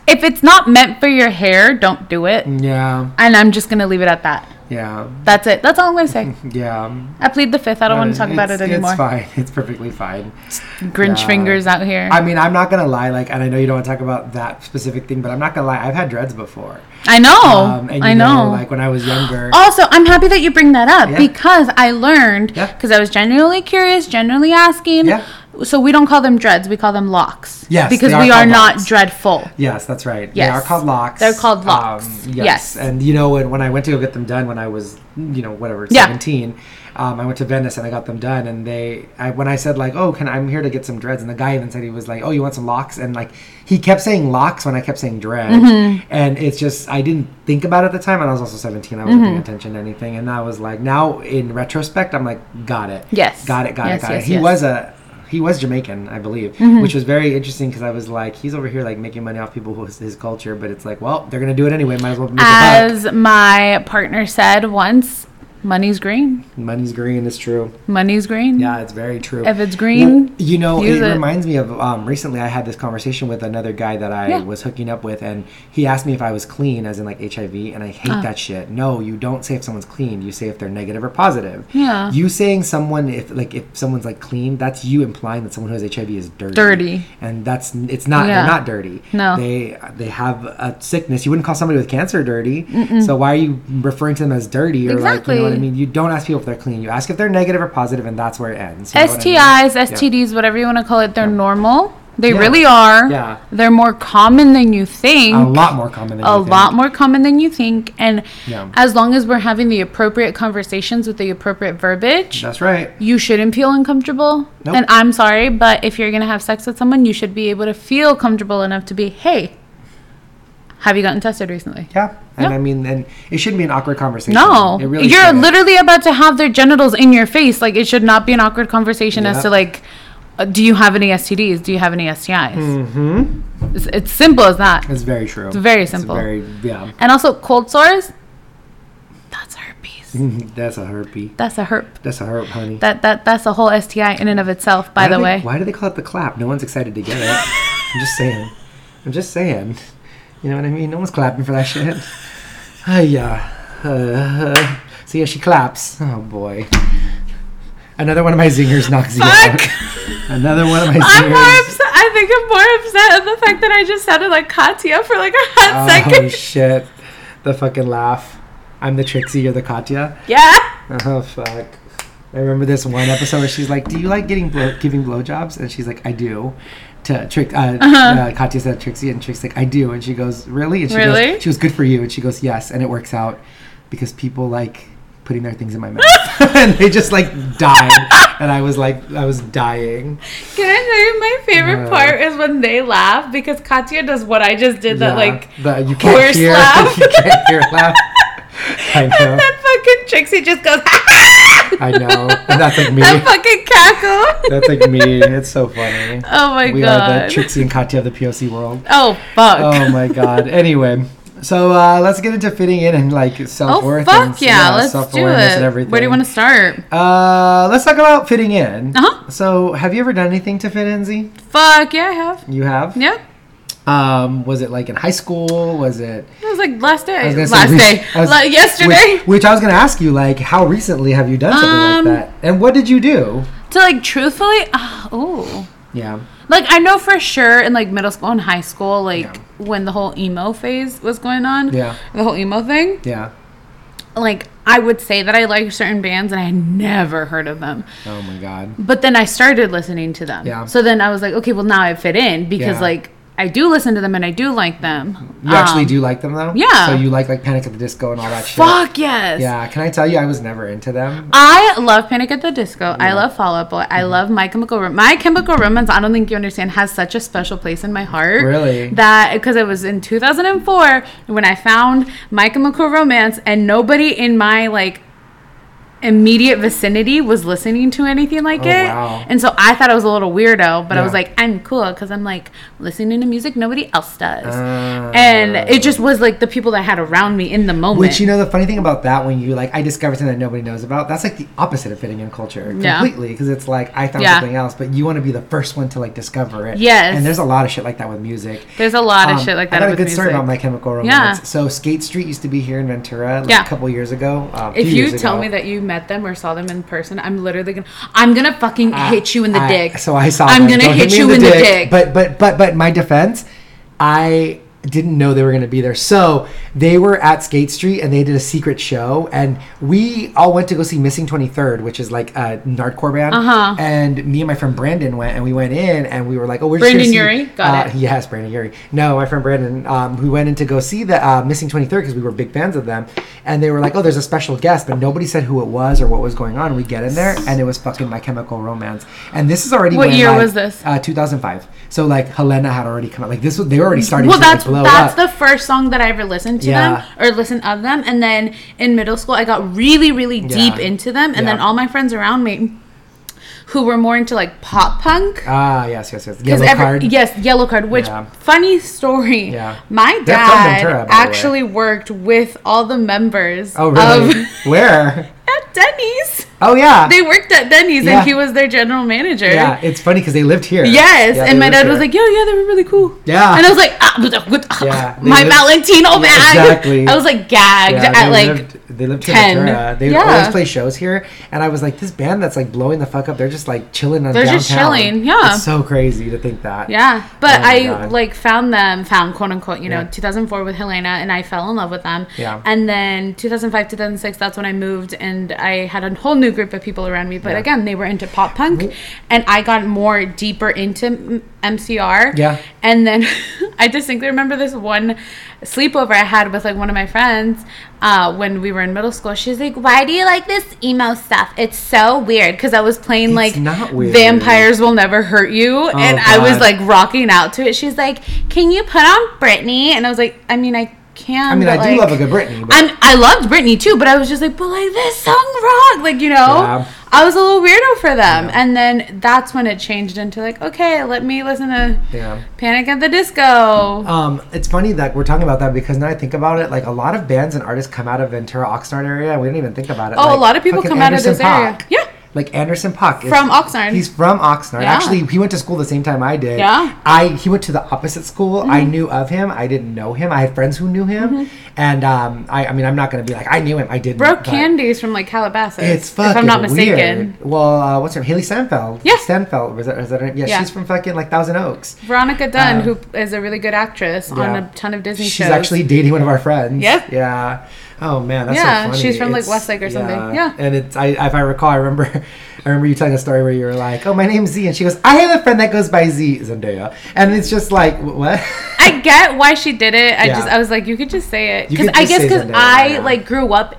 [SPEAKER 3] if it's not meant for your hair, don't do it.
[SPEAKER 1] Mm. Yeah,
[SPEAKER 3] And I'm just going to leave it at that.
[SPEAKER 1] yeah,
[SPEAKER 3] That's it. That's all I'm going to say.
[SPEAKER 1] yeah.
[SPEAKER 3] I plead the fifth. I don't want to talk about it
[SPEAKER 1] It's-
[SPEAKER 3] anymore.
[SPEAKER 1] It's fine. It's perfectly fine.
[SPEAKER 3] Grinch
[SPEAKER 1] Yeah.
[SPEAKER 3] fingers out here.
[SPEAKER 1] I
[SPEAKER 3] i
[SPEAKER 1] mean, I'm not gonna lie. Like, and I know you don't want to talk about that specific thing, but I'm not gonna lie. I've had dreads before.
[SPEAKER 3] know.
[SPEAKER 1] Um, and you
[SPEAKER 3] Oh, I know. Oh.
[SPEAKER 1] like when I was
[SPEAKER 3] <gasps>
[SPEAKER 1] younger.
[SPEAKER 3] Also, I'm happy that you bring that up
[SPEAKER 1] Yeah.
[SPEAKER 3] because I learned
[SPEAKER 1] Yeah.
[SPEAKER 3] because I was genuinely curious, genuinely asking.
[SPEAKER 1] Yeah.
[SPEAKER 3] So we don't call them dreads; we call them locks.
[SPEAKER 1] Yes,
[SPEAKER 3] because
[SPEAKER 1] they are
[SPEAKER 3] we are
[SPEAKER 1] called
[SPEAKER 3] not
[SPEAKER 1] locks.
[SPEAKER 3] dreadful.
[SPEAKER 1] Yes, that's right. They
[SPEAKER 3] Yes.
[SPEAKER 1] are called locks. Um,
[SPEAKER 3] They're called locks. Yes.
[SPEAKER 1] And you know, when, when I went to go get them done when I was, you know, whatever,
[SPEAKER 3] Yeah.
[SPEAKER 1] 17, um, I went to Venice and I got them done. And they, I, when I said, like, oh, can I'm here to get some dreads, and the guy even said he was like, oh, you want some locks? And like, he kept saying locks when I kept saying dread.
[SPEAKER 3] Mm-hmm.
[SPEAKER 1] And it's just, I didn't think about it at the time. And I was also 17. I wasn't
[SPEAKER 3] Mm-hmm.
[SPEAKER 1] paying attention to anything. And I was like, now in retrospect, I'm like, got it.
[SPEAKER 3] Yes.
[SPEAKER 1] Got it, got
[SPEAKER 3] Yes,
[SPEAKER 1] it, got
[SPEAKER 3] yes,
[SPEAKER 1] it. He
[SPEAKER 3] yes.
[SPEAKER 1] was a uh, he was Jamaican, I believe, which was very interesting because I was like, he's over here like making money off people with his culture, but it's like, well, they're gonna do it anyway. Might as well make a
[SPEAKER 3] As my partner said once, money's green.
[SPEAKER 1] buck. Money's green. It's true.
[SPEAKER 3] Money's green.
[SPEAKER 1] Yeah, it's very true.
[SPEAKER 3] If it's green,
[SPEAKER 1] Well, you know,
[SPEAKER 3] use
[SPEAKER 1] it,
[SPEAKER 3] it.
[SPEAKER 1] reminds me of um, recently I had this conversation with another guy that I
[SPEAKER 3] Yeah.
[SPEAKER 1] was hooking up with, and he asked me if I was clean, as in like HIV, and I hate
[SPEAKER 3] Oh.
[SPEAKER 1] that shit. No, you don't say if someone's clean. You say if they're negative or positive.
[SPEAKER 3] Yeah.
[SPEAKER 1] You saying someone if like if someone's like clean, that's you implying that someone who has HIV is dirty.
[SPEAKER 3] Dirty.
[SPEAKER 1] And that's it's not.
[SPEAKER 3] Yeah.
[SPEAKER 1] They're not dirty.
[SPEAKER 3] No.
[SPEAKER 1] They they have a sickness. You wouldn't call somebody with cancer dirty. So why are you referring to them as dirty or like you know what I
[SPEAKER 3] Exactly.
[SPEAKER 1] mean? You don't ask people if they're clean. You ask if they're negative or positive, and that's where it ends. You know what I mean?
[SPEAKER 3] STIs, STDs, whatever you want to call it, they're normal. They
[SPEAKER 1] Yeah.
[SPEAKER 3] really are.
[SPEAKER 1] Yeah.
[SPEAKER 3] They're more common than you think.
[SPEAKER 1] a lot more common than
[SPEAKER 3] a
[SPEAKER 1] you think.
[SPEAKER 3] lot more common than you think. And
[SPEAKER 1] Yeah.
[SPEAKER 3] as long as we're having the appropriate conversations with the appropriate verbiage,
[SPEAKER 1] That's right.
[SPEAKER 3] you shouldn't feel uncomfortable.
[SPEAKER 1] Nope.
[SPEAKER 3] And I'm sorry, but if you're going to have sex with someone, you should be able to feel comfortable enough to be, hey, have you gotten tested recently?
[SPEAKER 1] Yeah, and
[SPEAKER 3] Yeah.
[SPEAKER 1] I mean, and it shouldn't be an awkward conversation.
[SPEAKER 3] No,
[SPEAKER 1] it really.
[SPEAKER 3] you're
[SPEAKER 1] shouldn't.
[SPEAKER 3] literally about to have their genitals in your face. Like it should not be an awkward conversation as
[SPEAKER 1] Yeah.
[SPEAKER 3] to like, uh, do you have any STDs? Do you have any STIs? Mm-hmm. It's, it's simple as that.
[SPEAKER 1] It's very true. It's
[SPEAKER 3] very simple.
[SPEAKER 1] very yeah. <laughs>
[SPEAKER 3] And also cold sores. That's herpes.
[SPEAKER 1] that's a herpy.
[SPEAKER 3] That's a herp.
[SPEAKER 1] That's a herp, honey.
[SPEAKER 3] That that that's a whole STI in and of itself. By
[SPEAKER 1] Why
[SPEAKER 3] the
[SPEAKER 1] do they-
[SPEAKER 3] way,
[SPEAKER 1] why do they call it the clap? No one's excited to get
[SPEAKER 3] <laughs>
[SPEAKER 1] it. I'm just saying. I'm just saying. You know what I mean? No one's clapping for that shit. Ah, yeah. Uh, so yeah, she claps. Oh boy. Another one of my zingers knocks you out.
[SPEAKER 3] Fuck!
[SPEAKER 1] Another one of my
[SPEAKER 3] <laughs> I'm more
[SPEAKER 1] zingers.
[SPEAKER 3] upset. I think I'm more upset at the fact that I just sounded like Katya for like a hot
[SPEAKER 1] Oh
[SPEAKER 3] second.
[SPEAKER 1] shit! The fucking laugh. I'm the Trixie, you're the Katya.
[SPEAKER 3] <laughs> yeah.
[SPEAKER 1] Oh fuck! I remember this one episode where she's like, "Do you like getting blow- giving blowjobs?" And she's like, "I do." To Trix, uh, uh
[SPEAKER 3] Uh-huh.
[SPEAKER 1] Katya said Trixie, and Trixie's like, "I do," and she goes, "Really?" And she
[SPEAKER 3] Really?
[SPEAKER 1] goes, "She was good for you," and she goes, "Yes," and it works out because people like putting their things in my
[SPEAKER 3] <laughs>
[SPEAKER 1] mouth, <laughs> and they just like died, and I was like, I was dying.
[SPEAKER 3] Can I tell you my favorite
[SPEAKER 1] Uh.
[SPEAKER 3] part is when they laugh because Katya does what I just did that
[SPEAKER 1] Yeah.
[SPEAKER 3] like
[SPEAKER 1] the, you can't
[SPEAKER 3] horse
[SPEAKER 1] hear, <laughs>
[SPEAKER 3] laugh.
[SPEAKER 1] you can't hear
[SPEAKER 3] <laughs>
[SPEAKER 1] laugh. I know.
[SPEAKER 3] and <laughs> that fucking Trixie just goes <laughs>
[SPEAKER 1] I know. And that's like me.
[SPEAKER 3] That fucking cackle.
[SPEAKER 1] That's like me. It's so funny.
[SPEAKER 3] <laughs> Oh my
[SPEAKER 1] we are
[SPEAKER 3] god.
[SPEAKER 1] the Trixie and Katya of the POC
[SPEAKER 3] <laughs>
[SPEAKER 1] world.
[SPEAKER 3] oh fuck.
[SPEAKER 1] Oh my god. Anyway, so uh, let's get into fitting in and like self
[SPEAKER 3] Oh
[SPEAKER 1] worth.
[SPEAKER 3] fuck yeah, let's do
[SPEAKER 1] self-awareness
[SPEAKER 3] it.
[SPEAKER 1] And everything.
[SPEAKER 3] Where do you want to start?
[SPEAKER 1] to? Uh, let's talk about fitting in.
[SPEAKER 3] Uh-huh.
[SPEAKER 1] So, have you ever done anything to fit in, Z?
[SPEAKER 3] Fuck yeah, I have.
[SPEAKER 1] You have.
[SPEAKER 3] Yeah.
[SPEAKER 1] Um, was it like in high school? Was it
[SPEAKER 3] It was like last
[SPEAKER 1] I was
[SPEAKER 3] day.
[SPEAKER 1] gonna say,
[SPEAKER 3] Last
[SPEAKER 1] which-
[SPEAKER 3] day.
[SPEAKER 1] <laughs> I was-
[SPEAKER 3] La- yesterday.
[SPEAKER 1] Which, which I was going to ask you, like, how recently have you done something
[SPEAKER 3] Um,
[SPEAKER 1] like that, and what did you do?
[SPEAKER 3] to like truthfully, uh, oh.
[SPEAKER 1] Yeah.
[SPEAKER 3] Like I know for sure in like middle school and high school, like
[SPEAKER 1] Yeah.
[SPEAKER 3] when the whole emo phase was going on.
[SPEAKER 1] Yeah.
[SPEAKER 3] The whole emo thing.
[SPEAKER 1] Yeah.
[SPEAKER 3] like I would say that I liked certain bands and I had never heard of them.
[SPEAKER 1] Oh my god.
[SPEAKER 3] But then I started listening to them.
[SPEAKER 1] Yeah.
[SPEAKER 3] So then I was like, okay, well now I fit in because
[SPEAKER 1] Yeah.
[SPEAKER 3] like I do listen to them and I do like them.
[SPEAKER 1] You actually
[SPEAKER 3] Um,
[SPEAKER 1] do like them though?
[SPEAKER 3] yeah.
[SPEAKER 1] So you like like Panic at the Disco and all that shit?
[SPEAKER 3] Fuck yes.
[SPEAKER 1] Yeah, can I tell you I was never into them?
[SPEAKER 3] I love Panic at the Disco. I love Fall Out Boy.
[SPEAKER 1] Mm-hmm.
[SPEAKER 3] I love My Chemical Romance. My Chemical Romance, I don't think you understand, has such a special place in my heart.
[SPEAKER 1] Really?
[SPEAKER 3] That because it was in 2004 when I found My Chemical Romance, and nobody in my like immediate vicinity was listening to anything like
[SPEAKER 1] Oh,
[SPEAKER 3] it.
[SPEAKER 1] wow.
[SPEAKER 3] And so I thought I was a little weirdo, but I
[SPEAKER 1] Yeah.
[SPEAKER 3] was like, I'm cool because I'm like listening to music nobody else does.
[SPEAKER 1] Ah.
[SPEAKER 3] and it just was like the people that I had around me in the moment.
[SPEAKER 1] Which you know the funny thing about that when you like I discovered something that nobody knows about, that's like the opposite of fitting in culture
[SPEAKER 3] Yeah.
[SPEAKER 1] completely because it's like I found
[SPEAKER 3] Yeah.
[SPEAKER 1] something else, but you want to be the first one to like discover it.
[SPEAKER 3] Yes.
[SPEAKER 1] And there's a lot of shit like that with music.
[SPEAKER 3] There's a lot of
[SPEAKER 1] Um,
[SPEAKER 3] shit like
[SPEAKER 1] I
[SPEAKER 3] that.
[SPEAKER 1] got a
[SPEAKER 3] with
[SPEAKER 1] good story
[SPEAKER 3] music.
[SPEAKER 1] about My Chemical Romance.
[SPEAKER 3] Yeah.
[SPEAKER 1] So Skate Street used to be here in Ventura like,
[SPEAKER 3] Yeah.
[SPEAKER 1] a couple years ago. uh, a
[SPEAKER 3] If
[SPEAKER 1] few
[SPEAKER 3] you
[SPEAKER 1] years
[SPEAKER 3] tell
[SPEAKER 1] ago.
[SPEAKER 3] me that you met them or saw them in person, I'm literally gonna I'm gonna fucking
[SPEAKER 1] I-
[SPEAKER 3] hit you in the
[SPEAKER 1] I-
[SPEAKER 3] dick.
[SPEAKER 1] So I saw.
[SPEAKER 3] I'm
[SPEAKER 1] them.
[SPEAKER 3] gonna
[SPEAKER 1] Don't
[SPEAKER 3] hit
[SPEAKER 1] me
[SPEAKER 3] you in the dick.
[SPEAKER 1] But but but but in my defense, I didn't know they were going to be there. So they were at Skate Street and they did a secret show, and we all went to go see Missing Twenty Third, which is like a nardcore band.
[SPEAKER 3] Uh-huh.
[SPEAKER 1] And me and my friend Brandon went, and we went in, and we were like, "Oh, we're
[SPEAKER 3] Brandon
[SPEAKER 1] just gonna
[SPEAKER 3] Urie?
[SPEAKER 1] see,
[SPEAKER 3] Got
[SPEAKER 1] uh,
[SPEAKER 3] it.
[SPEAKER 1] Yes, Brandon Yuri. No, my friend Brandon, um, who went in to go see the uh, Missing 23rd because we were big fans of them. And they were like, oh, there's a special guest, but nobody said who it was or what was going on. We get in there, and it was fucking My Chemical Romance. And this is already
[SPEAKER 3] What
[SPEAKER 1] when,
[SPEAKER 3] year
[SPEAKER 1] like,
[SPEAKER 3] was this?
[SPEAKER 1] Uh, 2005. So, like, Helena had already come out. Like, this was, they were already starting
[SPEAKER 3] well
[SPEAKER 1] to like,
[SPEAKER 3] that's
[SPEAKER 1] blow
[SPEAKER 3] that's
[SPEAKER 1] up.
[SPEAKER 3] the first song that i ever listened to
[SPEAKER 1] Yeah.
[SPEAKER 3] them or listened of them and then in middle school i got really really deep
[SPEAKER 1] Yeah.
[SPEAKER 3] into them and then
[SPEAKER 1] Yeah.
[SPEAKER 3] all my friends around me who were more into like pop punk
[SPEAKER 1] ah, yes, yes, yes.
[SPEAKER 3] 'cause
[SPEAKER 1] Yellow
[SPEAKER 3] every-
[SPEAKER 1] card.
[SPEAKER 3] yes yellow card which
[SPEAKER 1] Yeah.
[SPEAKER 3] funny story
[SPEAKER 1] Yeah.
[SPEAKER 3] my
[SPEAKER 1] They're from
[SPEAKER 3] dad
[SPEAKER 1] Ventura, by the way.
[SPEAKER 3] actually worked with all the members
[SPEAKER 1] Oh, really?
[SPEAKER 3] of <laughs>
[SPEAKER 1] Where?
[SPEAKER 3] at denny's
[SPEAKER 1] Oh, yeah.
[SPEAKER 3] they worked at denny's
[SPEAKER 1] Yeah.
[SPEAKER 3] and he was their general manager
[SPEAKER 1] yeah, it's funny because they lived here.
[SPEAKER 3] Yes,
[SPEAKER 1] Yeah, they
[SPEAKER 3] and my
[SPEAKER 1] lived
[SPEAKER 3] dad
[SPEAKER 1] here.
[SPEAKER 3] was like, "Yo, yeah, they were really cool."
[SPEAKER 1] Yeah.
[SPEAKER 3] and I was like, ah, bleh, bleh, ah,
[SPEAKER 1] Yeah, they
[SPEAKER 3] "My
[SPEAKER 1] lived-
[SPEAKER 3] Valentino
[SPEAKER 1] Yeah,
[SPEAKER 3] bag."
[SPEAKER 1] exactly.
[SPEAKER 3] <laughs> I was like gagged
[SPEAKER 1] Yeah,
[SPEAKER 3] at
[SPEAKER 1] they
[SPEAKER 3] like
[SPEAKER 1] lived, they lived
[SPEAKER 3] 10.
[SPEAKER 1] in Ventura. They would
[SPEAKER 3] Yeah.
[SPEAKER 1] always play shows here, and I was like, this band that's like blowing the fuck up. They're just like chilling on.
[SPEAKER 3] They're
[SPEAKER 1] downtown.
[SPEAKER 3] just chilling, yeah.
[SPEAKER 1] it's so crazy to think that.
[SPEAKER 3] yeah, but
[SPEAKER 1] Oh my
[SPEAKER 3] I
[SPEAKER 1] God.
[SPEAKER 3] like found them found quote unquote you
[SPEAKER 1] Yeah.
[SPEAKER 3] know 2004 with Helena, and I fell in love with them.
[SPEAKER 1] Yeah.
[SPEAKER 3] and then 2005 2006 that's when I moved and I had a whole new group of people around me. But
[SPEAKER 1] Yeah.
[SPEAKER 3] again, they were into pop punk, and I got more deeper into m- MCR.
[SPEAKER 1] Yeah.
[SPEAKER 3] And then <laughs> I distinctly remember this one sleepover I had with like one of my friends uh, when we were in middle school. She's like, "Why do you like this emo stuff? It's so weird." Because I was playing like
[SPEAKER 1] not weird.
[SPEAKER 3] "Vampires Will Never Hurt You," and I was
[SPEAKER 1] Oh, God.
[SPEAKER 3] like rocking out to it. She's like, "Can you put on Britney?" And I was like, "I mean, I." Can,
[SPEAKER 1] I mean,
[SPEAKER 3] but,
[SPEAKER 1] I do
[SPEAKER 3] like,
[SPEAKER 1] love a good Britney, but-
[SPEAKER 3] I'm, I loved Britney too, but I was just like, but like this song rock, like you know.
[SPEAKER 1] Yeah.
[SPEAKER 3] I was a little weirdo for them, and then that's when it changed into like, okay, let me listen to
[SPEAKER 1] Yeah.
[SPEAKER 3] Panic at the Disco.
[SPEAKER 1] Um, it's funny that we're talking about that because now I think about it, like a lot of bands and artists come out of Ventura, Oxnard area, and we don't even think about it.
[SPEAKER 3] Oh, a
[SPEAKER 1] Like,
[SPEAKER 3] lot of people
[SPEAKER 1] fucking
[SPEAKER 3] come out of this area.
[SPEAKER 1] Paak.
[SPEAKER 3] Yeah.
[SPEAKER 1] Like Anderson Puck
[SPEAKER 3] From Oxnard.
[SPEAKER 1] He's from Oxnard.
[SPEAKER 3] Yeah.
[SPEAKER 1] Actually, he went to school the same time I did.
[SPEAKER 3] Yeah. Mm-hmm.
[SPEAKER 1] I he went to the opposite school. I knew of him. I didn't know him. I had friends who knew him, and um, I, I mean, I'm not gonna be like I knew him. I didn't.
[SPEAKER 3] Broke
[SPEAKER 1] but-
[SPEAKER 3] candies from like Calabasas.
[SPEAKER 1] It's fucking
[SPEAKER 3] If I'm not mistaken.
[SPEAKER 1] Weird. Well, uh, what's her name? Haley Steinfeld.
[SPEAKER 3] Yeah.
[SPEAKER 1] Steinfeld. Was that, is that her name? Yeah,
[SPEAKER 3] Yeah.
[SPEAKER 1] she's from fucking like Thousand Oaks.
[SPEAKER 3] Veronica Dunn,
[SPEAKER 1] Um,
[SPEAKER 3] who is a really good actress on
[SPEAKER 1] yeah.
[SPEAKER 3] a ton of Disney
[SPEAKER 1] She's
[SPEAKER 3] shows.
[SPEAKER 1] actually dating one of our friends.
[SPEAKER 3] Yep.
[SPEAKER 1] Yeah. Oh man, that's
[SPEAKER 3] Yeah,
[SPEAKER 1] so funny.
[SPEAKER 3] she's from, like, Westlake or something. Yeah.
[SPEAKER 1] And it's I if I recall, I remember <laughs> I remember you telling a story where you were like, "Oh, my name's Z," and she goes, "I have a friend that goes by Z Zendaya," and it's just like, wh- what? <laughs>
[SPEAKER 3] I get why she did it. I
[SPEAKER 1] Yeah.
[SPEAKER 3] just I was like, you could just say it
[SPEAKER 1] You
[SPEAKER 3] because
[SPEAKER 1] could
[SPEAKER 3] I
[SPEAKER 1] just
[SPEAKER 3] guess
[SPEAKER 1] say
[SPEAKER 3] because
[SPEAKER 1] Zendaya,
[SPEAKER 3] I
[SPEAKER 1] yeah.
[SPEAKER 3] like grew up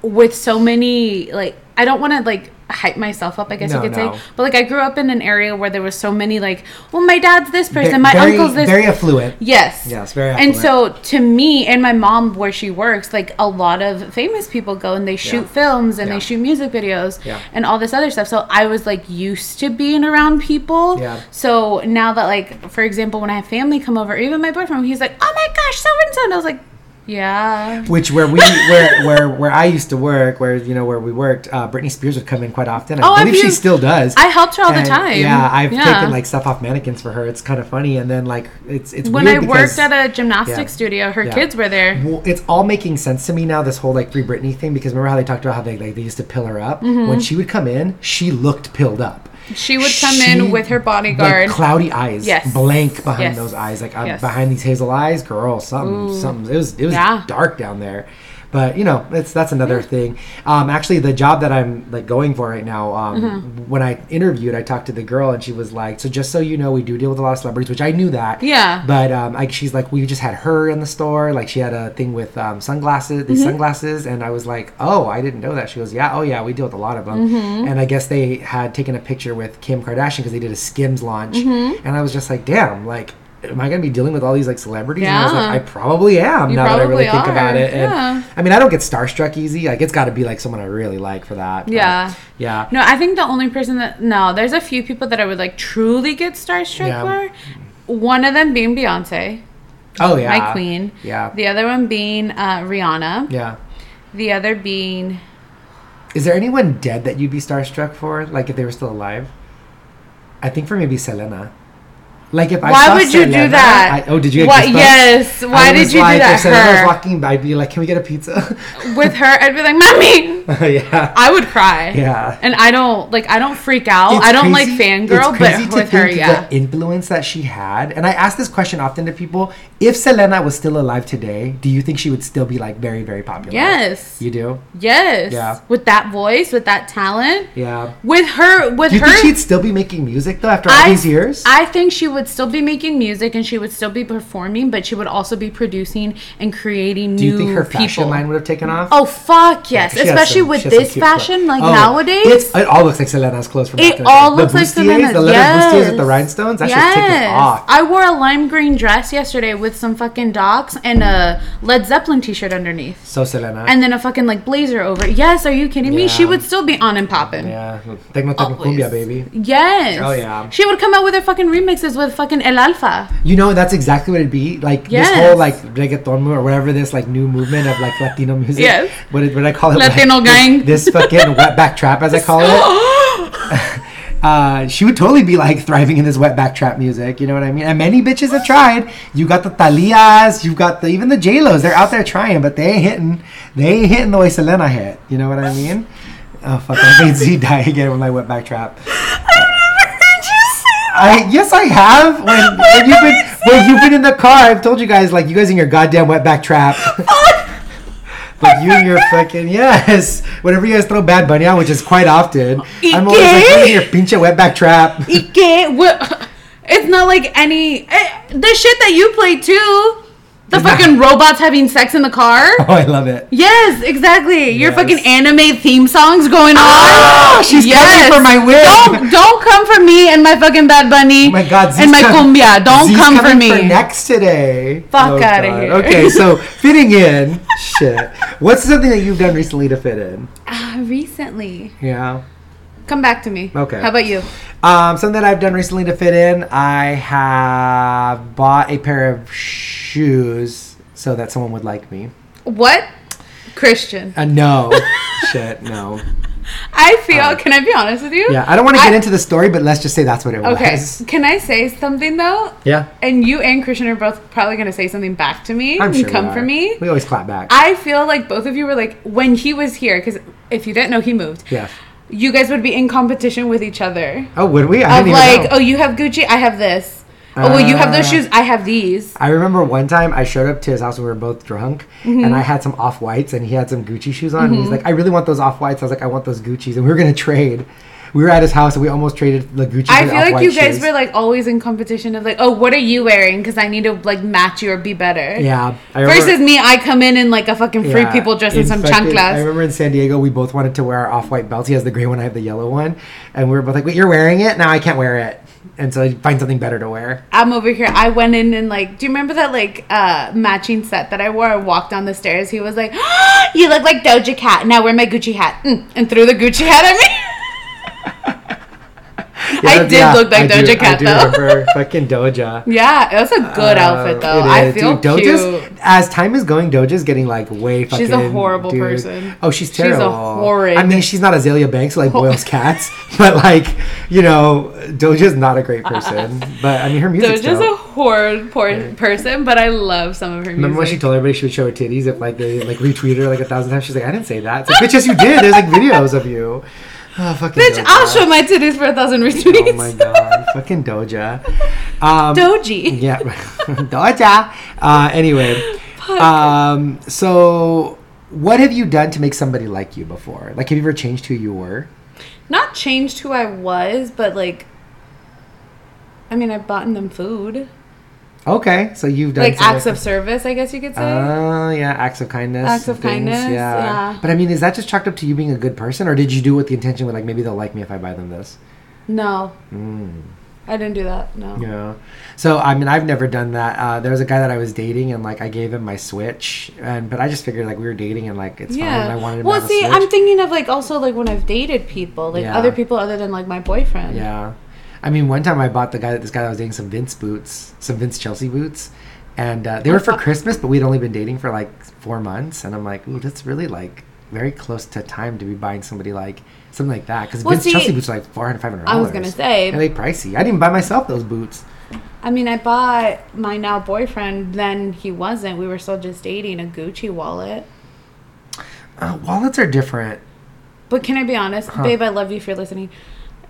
[SPEAKER 3] with so many like I don't want to like hype myself up. I guess
[SPEAKER 1] No,
[SPEAKER 3] you could
[SPEAKER 1] no.
[SPEAKER 3] say, but like I grew up in an area where there was so many like, well, my dad's this person, my
[SPEAKER 1] very,
[SPEAKER 3] uncle's this.
[SPEAKER 1] very affluent.
[SPEAKER 3] Yes.
[SPEAKER 1] Yes, very
[SPEAKER 3] And so to me and my mom, where she works, like a lot of famous people go and they shoot
[SPEAKER 1] Yeah.
[SPEAKER 3] films and
[SPEAKER 1] Yeah.
[SPEAKER 3] they shoot music videos
[SPEAKER 1] Yeah.
[SPEAKER 3] and all this other stuff. So I was like used to being around people.
[SPEAKER 1] Yeah.
[SPEAKER 3] So now that like, for example, when I have family come over, even my boyfriend, he's like, "Oh my gosh, so and so," and I was like, "Yeah."
[SPEAKER 1] Which where we where where where I used to work, where you know where we worked, uh, Britney Spears would come in quite often. I
[SPEAKER 3] Oh, I've
[SPEAKER 1] believe she
[SPEAKER 3] used-
[SPEAKER 1] still does.
[SPEAKER 3] I helped her all the
[SPEAKER 1] And,
[SPEAKER 3] time.
[SPEAKER 1] Yeah, I've
[SPEAKER 3] Yeah.
[SPEAKER 1] taken like stuff off mannequins for her. It's kind of funny, and then like it's it's
[SPEAKER 3] When
[SPEAKER 1] weird
[SPEAKER 3] I
[SPEAKER 1] because-
[SPEAKER 3] worked at a gymnastics
[SPEAKER 1] Yeah.
[SPEAKER 3] studio, her
[SPEAKER 1] Yeah.
[SPEAKER 3] kids were there.
[SPEAKER 1] Well, it's all making sense to me now. This whole like free Britney thing, because remember how they talked about how they like they used to pill her up. When she would come in, she looked pilled up.
[SPEAKER 3] Mm-hmm. She would come in with her bodyguard.
[SPEAKER 1] like, cloudy eyes,
[SPEAKER 3] Yes.
[SPEAKER 1] blank behind
[SPEAKER 3] Yes.
[SPEAKER 1] those eyes, like um,
[SPEAKER 3] Yes.
[SPEAKER 1] behind these hazel eyes, girl. Something, something. It was it was
[SPEAKER 3] Yeah.
[SPEAKER 1] dark down there. But you know, it's that's another thing. Um, actually, the job that I'm like going for right now, um,
[SPEAKER 3] Mm-hmm.
[SPEAKER 1] when I interviewed, I talked to the girl and she was like, "So just so you know, we do deal with a lot of celebrities, which I knew that.
[SPEAKER 3] Yeah.
[SPEAKER 1] But um, like she's like, we just had her in the store. Like she had a thing with um, sunglasses, these
[SPEAKER 3] Mm-hmm.
[SPEAKER 1] sunglasses, and I was like, oh, I didn't know that. She goes, yeah, oh yeah, we deal with a lot of them.
[SPEAKER 3] Mm-hmm.
[SPEAKER 1] And I guess they had taken a picture with Kim Kardashian because they did a Skims launch,
[SPEAKER 3] Mm-hmm.
[SPEAKER 1] and I was just like, damn, like. Am I going to be dealing with all these like celebrities? And I was
[SPEAKER 3] Yeah.
[SPEAKER 1] like, I probably am
[SPEAKER 3] You
[SPEAKER 1] now that I really
[SPEAKER 3] probably
[SPEAKER 1] think about
[SPEAKER 3] are,
[SPEAKER 1] it. And
[SPEAKER 3] yeah.
[SPEAKER 1] I mean, I don't get starstruck easy. Like, it's got to be like someone I really like for that. but,
[SPEAKER 3] Yeah.
[SPEAKER 1] yeah.
[SPEAKER 3] No, I think the only person that no, there's a few people that I would like truly get starstruck
[SPEAKER 1] Yeah.
[SPEAKER 3] for. One of them being Beyonce,
[SPEAKER 1] Oh yeah.
[SPEAKER 3] my queen.
[SPEAKER 1] Yeah.
[SPEAKER 3] The other one being uh, Rihanna.
[SPEAKER 1] yeah.
[SPEAKER 3] The other being
[SPEAKER 1] Is there anyone dead that you'd be starstruck for? Like if they were still alive? I think for maybe Selena. Like if I
[SPEAKER 3] Why
[SPEAKER 1] saw
[SPEAKER 3] would you do
[SPEAKER 1] Selena,
[SPEAKER 3] that?
[SPEAKER 1] I, oh, did you? get
[SPEAKER 3] Why-
[SPEAKER 1] goosebumps?
[SPEAKER 3] yes. Why
[SPEAKER 1] I
[SPEAKER 3] did
[SPEAKER 1] was
[SPEAKER 3] you do
[SPEAKER 1] like,
[SPEAKER 3] that?
[SPEAKER 1] If Selena <laughs>
[SPEAKER 3] Her.
[SPEAKER 1] was walking by, I'd be like, "Can we get a pizza?" <laughs> Oh,
[SPEAKER 3] with her, I'd be like, "Mommy,
[SPEAKER 1] yeah.
[SPEAKER 3] I would cry.
[SPEAKER 1] Yeah.
[SPEAKER 3] And I don't like I don't freak out.
[SPEAKER 1] It's
[SPEAKER 3] I don't like
[SPEAKER 1] crazy-
[SPEAKER 3] fangirl,
[SPEAKER 1] it's crazy
[SPEAKER 3] but
[SPEAKER 1] to
[SPEAKER 3] with her,
[SPEAKER 1] think
[SPEAKER 3] yeah.
[SPEAKER 1] The influence that she had, and I ask this question often to people: If Selena was still alive today, do you think she would still be like very, very popular?
[SPEAKER 3] Yes.
[SPEAKER 1] You do?
[SPEAKER 3] Yes.
[SPEAKER 1] Yeah.
[SPEAKER 3] With that voice, with that talent.
[SPEAKER 1] Yeah.
[SPEAKER 3] With her with
[SPEAKER 1] Do you
[SPEAKER 3] her
[SPEAKER 1] think she'd still be making music though after all
[SPEAKER 3] I-
[SPEAKER 1] these years?
[SPEAKER 3] I think she would still be making music and she would still be performing, but she would also be producing and creating
[SPEAKER 1] do
[SPEAKER 3] new
[SPEAKER 1] you think her fashion
[SPEAKER 3] people.
[SPEAKER 1] line would have taken off?
[SPEAKER 3] Oh fuck yes,
[SPEAKER 1] She has
[SPEAKER 3] especially
[SPEAKER 1] some-
[SPEAKER 3] with
[SPEAKER 1] she has some
[SPEAKER 3] this
[SPEAKER 1] cute clothes.
[SPEAKER 3] fashion like
[SPEAKER 1] Oh,
[SPEAKER 3] nowadays.
[SPEAKER 1] it's- it all looks like Selena's clothes from back in
[SPEAKER 3] It
[SPEAKER 1] the
[SPEAKER 3] all
[SPEAKER 1] day.
[SPEAKER 3] looks
[SPEAKER 1] the
[SPEAKER 3] like
[SPEAKER 1] bustiers,
[SPEAKER 3] Selena's.
[SPEAKER 1] the leather
[SPEAKER 3] yes.
[SPEAKER 1] bustiers with the rhinestones. That yes. shit's taken off.
[SPEAKER 3] I wore a lime green dress yesterday with some fucking docs and a Led Zeppelin t-shirt underneath,
[SPEAKER 1] So Selena.
[SPEAKER 3] and then a fucking like blazer over. it. Yes, are you kidding me? She
[SPEAKER 1] Yeah.
[SPEAKER 3] would still be on and popping.
[SPEAKER 1] yeah, Tecno Tecno
[SPEAKER 3] Always.
[SPEAKER 1] Cumbia, baby.
[SPEAKER 3] Yes.
[SPEAKER 1] Oh, yeah.
[SPEAKER 3] She would come out with her fucking remixes with fucking El Alfa.
[SPEAKER 1] You know, that's exactly what it'd be. Like this
[SPEAKER 3] Yes.
[SPEAKER 1] whole like reggaeton move or whatever this like new movement of like Latino music.
[SPEAKER 3] Yes.
[SPEAKER 1] What did, what did I call it?
[SPEAKER 3] Latino gang. Oh,
[SPEAKER 1] This fucking wetback trap, as I call
[SPEAKER 3] <gasps> <laughs>
[SPEAKER 1] it. Uh, she would totally be like thriving in this wetback trap music. You know what I mean? And many bitches have tried. You got the Thalias. You've got the, even the J Los. They're out there trying, but they ain't hitting. They ain't hitting the way Selena hit. You know what I mean? Oh fuck! I made <laughs> Z die again with my wetback trap.
[SPEAKER 3] <laughs>
[SPEAKER 1] I yes I have. When, when you've been when you've been in the car, I've told you guys like you guys in your goddamn wetback trap. <laughs> But you and your fucking yes. Whenever you guys throw Bad Bunny out, which is quite often, I'm always like,
[SPEAKER 3] Ike.
[SPEAKER 1] "You're in your pinche wetback trap."
[SPEAKER 3] Y que- what- It's not like any eh, the shit that you play too. The fucking robots having sex in the car.
[SPEAKER 1] <laughs> Oh, I love it.
[SPEAKER 3] Yes, exactly. Your
[SPEAKER 1] Yes.
[SPEAKER 3] fucking anime theme songs going on.
[SPEAKER 1] Ah, she's coming for my wig.
[SPEAKER 3] Don't don't come for me and my fucking Bad Bunny.
[SPEAKER 1] Oh my God,
[SPEAKER 3] and
[SPEAKER 1] Zeke's
[SPEAKER 3] my
[SPEAKER 1] com-
[SPEAKER 3] cumbia. Don't
[SPEAKER 1] Zeke's
[SPEAKER 3] come for
[SPEAKER 1] coming
[SPEAKER 3] me.
[SPEAKER 1] next today. Oh,
[SPEAKER 3] Fuck outta
[SPEAKER 1] God.
[SPEAKER 3] here.
[SPEAKER 1] Okay,
[SPEAKER 3] <laughs>
[SPEAKER 1] so fitting in, shit. What's something that you've done recently to fit in?
[SPEAKER 3] Ah, recently,
[SPEAKER 1] Yeah.
[SPEAKER 3] come back to me.
[SPEAKER 1] Okay.
[SPEAKER 3] How about you?
[SPEAKER 1] Um, something that I've done recently to fit in, I have bought a pair of shoes so that someone would like me.
[SPEAKER 3] What? Christian.
[SPEAKER 1] Uh,
[SPEAKER 3] <laughs>
[SPEAKER 1] no. Shit, no.
[SPEAKER 3] I feel. can I be honest with you?
[SPEAKER 1] Uh, Yeah, I don't want to get
[SPEAKER 3] I-
[SPEAKER 1] into the story, but let's just say that's what it
[SPEAKER 3] Okay.
[SPEAKER 1] was.
[SPEAKER 3] Can I say something though?
[SPEAKER 1] Yeah.
[SPEAKER 3] And you and Christian are both probably gonna say something back to me
[SPEAKER 1] I'm
[SPEAKER 3] and
[SPEAKER 1] sure. we
[SPEAKER 3] come
[SPEAKER 1] are.
[SPEAKER 3] for me.
[SPEAKER 1] We always clap back.
[SPEAKER 3] I feel like both of you were like when he was here because if you didn't know, he moved.
[SPEAKER 1] yeah.
[SPEAKER 3] You guys would be in competition with each other
[SPEAKER 1] Oh, would we? I
[SPEAKER 3] of
[SPEAKER 1] didn't
[SPEAKER 3] like,
[SPEAKER 1] even know.
[SPEAKER 3] oh, you have Gucci, I have this. oh, well, you have those
[SPEAKER 1] Ah.
[SPEAKER 3] shoes, I have these.
[SPEAKER 1] I remember one time I showed up to his house and we were both drunk,
[SPEAKER 3] Mm-hmm.
[SPEAKER 1] and I had some off whites and he had some Gucci shoes on. And he's like, "I really want those off whites." I was like, "I want those Gucci's," and we were gonna trade. We were at his house and we almost traded the Gucci.
[SPEAKER 3] I feel like you guys were like always in competition of like, oh, what are you wearing? Because I need to like match you or be better.
[SPEAKER 1] yeah. I
[SPEAKER 3] Versus me, I come in in like a fucking free
[SPEAKER 1] yeah,
[SPEAKER 3] people dress in some
[SPEAKER 1] fucking- I
[SPEAKER 3] chanclas.
[SPEAKER 1] remember in San Diego we both wanted to wear our off white belts. He has the gray one, I have the yellow one, and we were both like, "Wait, you're wearing it? Now I can't wear it." And so I find something better to wear.
[SPEAKER 3] I'm over here. I went in and like, do you remember that like uh matching set that I wore? I walked down the stairs. He was like, <gasps> "You look like Doja Cat." Now wear my Gucci hat, mm, and threw the Gucci hat at me. <laughs>
[SPEAKER 1] <laughs>
[SPEAKER 3] I did look like Doja Cat
[SPEAKER 1] I do
[SPEAKER 3] though.
[SPEAKER 1] remember fucking Doja.
[SPEAKER 3] <laughs> yeah, that's a good outfit though.
[SPEAKER 1] Um, It
[SPEAKER 3] I
[SPEAKER 1] is,
[SPEAKER 3] feel
[SPEAKER 1] dude,
[SPEAKER 3] cute.
[SPEAKER 1] Doja's, As time is going, Doja's getting like way fucking.
[SPEAKER 3] a horrible person.
[SPEAKER 1] Oh, she's
[SPEAKER 3] She's a
[SPEAKER 1] terrible.
[SPEAKER 3] horrid-
[SPEAKER 1] I mean, she's not Azalea Banks who, like boils cats, <laughs> but like you know, Doja's not a great
[SPEAKER 3] <laughs>
[SPEAKER 1] person. But I mean, her music's
[SPEAKER 3] Doja's a
[SPEAKER 1] dope.
[SPEAKER 3] horrid poor person, but I love some of her
[SPEAKER 1] Remember when she
[SPEAKER 3] music.
[SPEAKER 1] told everybody she would show her titties if like they like retweeted her like a thousand times? She's like, I didn't say that. It's like, bitch, yes, you did. There's like videos of you. Oh, fucking
[SPEAKER 3] Bitch,
[SPEAKER 1] Doja.
[SPEAKER 3] I'll show my titties for a thousand retweets.
[SPEAKER 1] Oh
[SPEAKER 3] <laughs>
[SPEAKER 1] my god, fucking Doja. Um,
[SPEAKER 3] Doji.
[SPEAKER 1] Yeah, <laughs> Doja. Uh, anyway, um, so what have you done to make somebody like you before? Like, have you ever changed who you were?
[SPEAKER 3] Not changed who I was, but like, I mean, I've bought them food.
[SPEAKER 1] Okay, so you've done
[SPEAKER 3] like
[SPEAKER 1] some
[SPEAKER 3] acts of service, I guess you could say.
[SPEAKER 1] Oh yeah, acts of kindness.
[SPEAKER 3] Acts of
[SPEAKER 1] and things,
[SPEAKER 3] kindness, yeah.
[SPEAKER 1] But I mean, is that just chalked up to you being a good person, or did you do it with the intention with like maybe they'll like me if I buy them this? Hmm,
[SPEAKER 3] no. I didn't do that. No.
[SPEAKER 1] Yeah. So I mean, I've never done that. Uh, there was a guy that I was dating, and like I gave him my Switch, and but I just figured like we were dating, and like it's fine. And I wanted him to
[SPEAKER 3] well,
[SPEAKER 1] have
[SPEAKER 3] see,
[SPEAKER 1] a Switch.
[SPEAKER 3] I'm thinking of like also like when I've dated people, like
[SPEAKER 1] Yeah.
[SPEAKER 3] other people other than like my boyfriend.
[SPEAKER 1] Yeah. I mean, one time I bought the guy, this guy that was dating some Vince boots, some Vince Chelsea boots. And uh, they were for
[SPEAKER 3] Oh.
[SPEAKER 1] Christmas, but we'd only been dating for like four months. And I'm like, ooh, that's really like very close to time to be buying somebody like something like that. Because
[SPEAKER 3] Well,
[SPEAKER 1] Vince
[SPEAKER 3] see,
[SPEAKER 1] Chelsea boots are like 400 $500.
[SPEAKER 3] I was gonna say-
[SPEAKER 1] And they pricey. I didn't even buy myself those boots.
[SPEAKER 3] I mean, I bought my now boyfriend. Then he wasn't. We were still just dating a Gucci wallet.
[SPEAKER 1] Uh, wallets are different.
[SPEAKER 3] But can I be honest, babe? I love you if you're listening.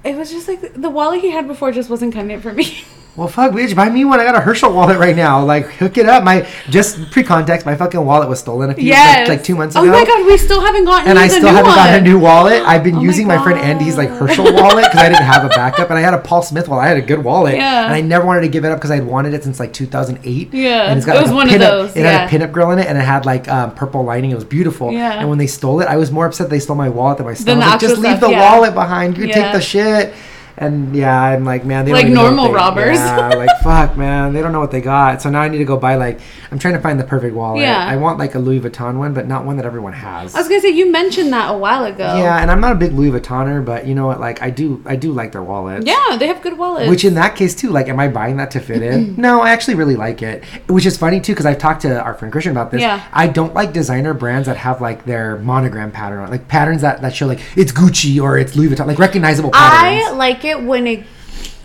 [SPEAKER 3] It was just like the wallet he had before just wasn't cutting it for me. <laughs>
[SPEAKER 1] Well, fuck, bitch, buy me one. I got a Herschel wallet right now. Like, hook it up. My just pre-context, my fucking wallet was stolen a few
[SPEAKER 3] yes,
[SPEAKER 1] like, like two months
[SPEAKER 3] Oh
[SPEAKER 1] ago.
[SPEAKER 3] my god, we still haven't gotten.
[SPEAKER 1] and
[SPEAKER 3] you
[SPEAKER 1] I
[SPEAKER 3] the
[SPEAKER 1] still
[SPEAKER 3] new
[SPEAKER 1] haven't
[SPEAKER 3] one.
[SPEAKER 1] gotten a new wallet. I've been
[SPEAKER 3] Oh my
[SPEAKER 1] using my, friend
[SPEAKER 3] God.
[SPEAKER 1] Andy's like Herschel wallet because I didn't have a backup, and I had a Paul Smith wallet. I had a good wallet,
[SPEAKER 3] Yeah.
[SPEAKER 1] and I never wanted to give it up because I had wanted it since like 2008.
[SPEAKER 3] Yeah.
[SPEAKER 1] and
[SPEAKER 3] It was
[SPEAKER 1] a
[SPEAKER 3] one of
[SPEAKER 1] pinup-
[SPEAKER 3] those,
[SPEAKER 1] It had a
[SPEAKER 3] yeah.
[SPEAKER 1] pinup girl in it, and it had like um, purple lining. It was beautiful.
[SPEAKER 3] Yeah.
[SPEAKER 1] And when they stole it, I was more upset they stole my wallet than my stuff. I
[SPEAKER 3] Than
[SPEAKER 1] was
[SPEAKER 3] the
[SPEAKER 1] like, just
[SPEAKER 3] actual
[SPEAKER 1] leave
[SPEAKER 3] stuff,
[SPEAKER 1] the
[SPEAKER 3] yeah.
[SPEAKER 1] wallet behind. You
[SPEAKER 3] Yeah.
[SPEAKER 1] take the shit. And yeah, I'm like, man, they don't
[SPEAKER 3] Like
[SPEAKER 1] even know what
[SPEAKER 3] normal
[SPEAKER 1] they-
[SPEAKER 3] robbers.
[SPEAKER 1] Yeah, like fuck, man, they don't know what they got. So now I need to go buy like I'm trying to find the perfect wallet.
[SPEAKER 3] Yeah.
[SPEAKER 1] I want like a Louis Vuitton one, but not one that everyone has.
[SPEAKER 3] I was gonna say you mentioned that a while ago.
[SPEAKER 1] Yeah, and I'm not a big Louis Vuittoner, but you know what? Like, I do, I do like their wallets.
[SPEAKER 3] Yeah, they have good wallets.
[SPEAKER 1] Which in that case too, like, am I buying that to fit in? no, I actually really like it. Which is funny too, because I've talked to our friend Christian about this.
[SPEAKER 3] Yeah.
[SPEAKER 1] I don't like designer brands that have like their monogram pattern, on like patterns that that show like it's Gucci or it's Louis Vuitton, like recognizable
[SPEAKER 3] I
[SPEAKER 1] patterns.
[SPEAKER 3] like it when it,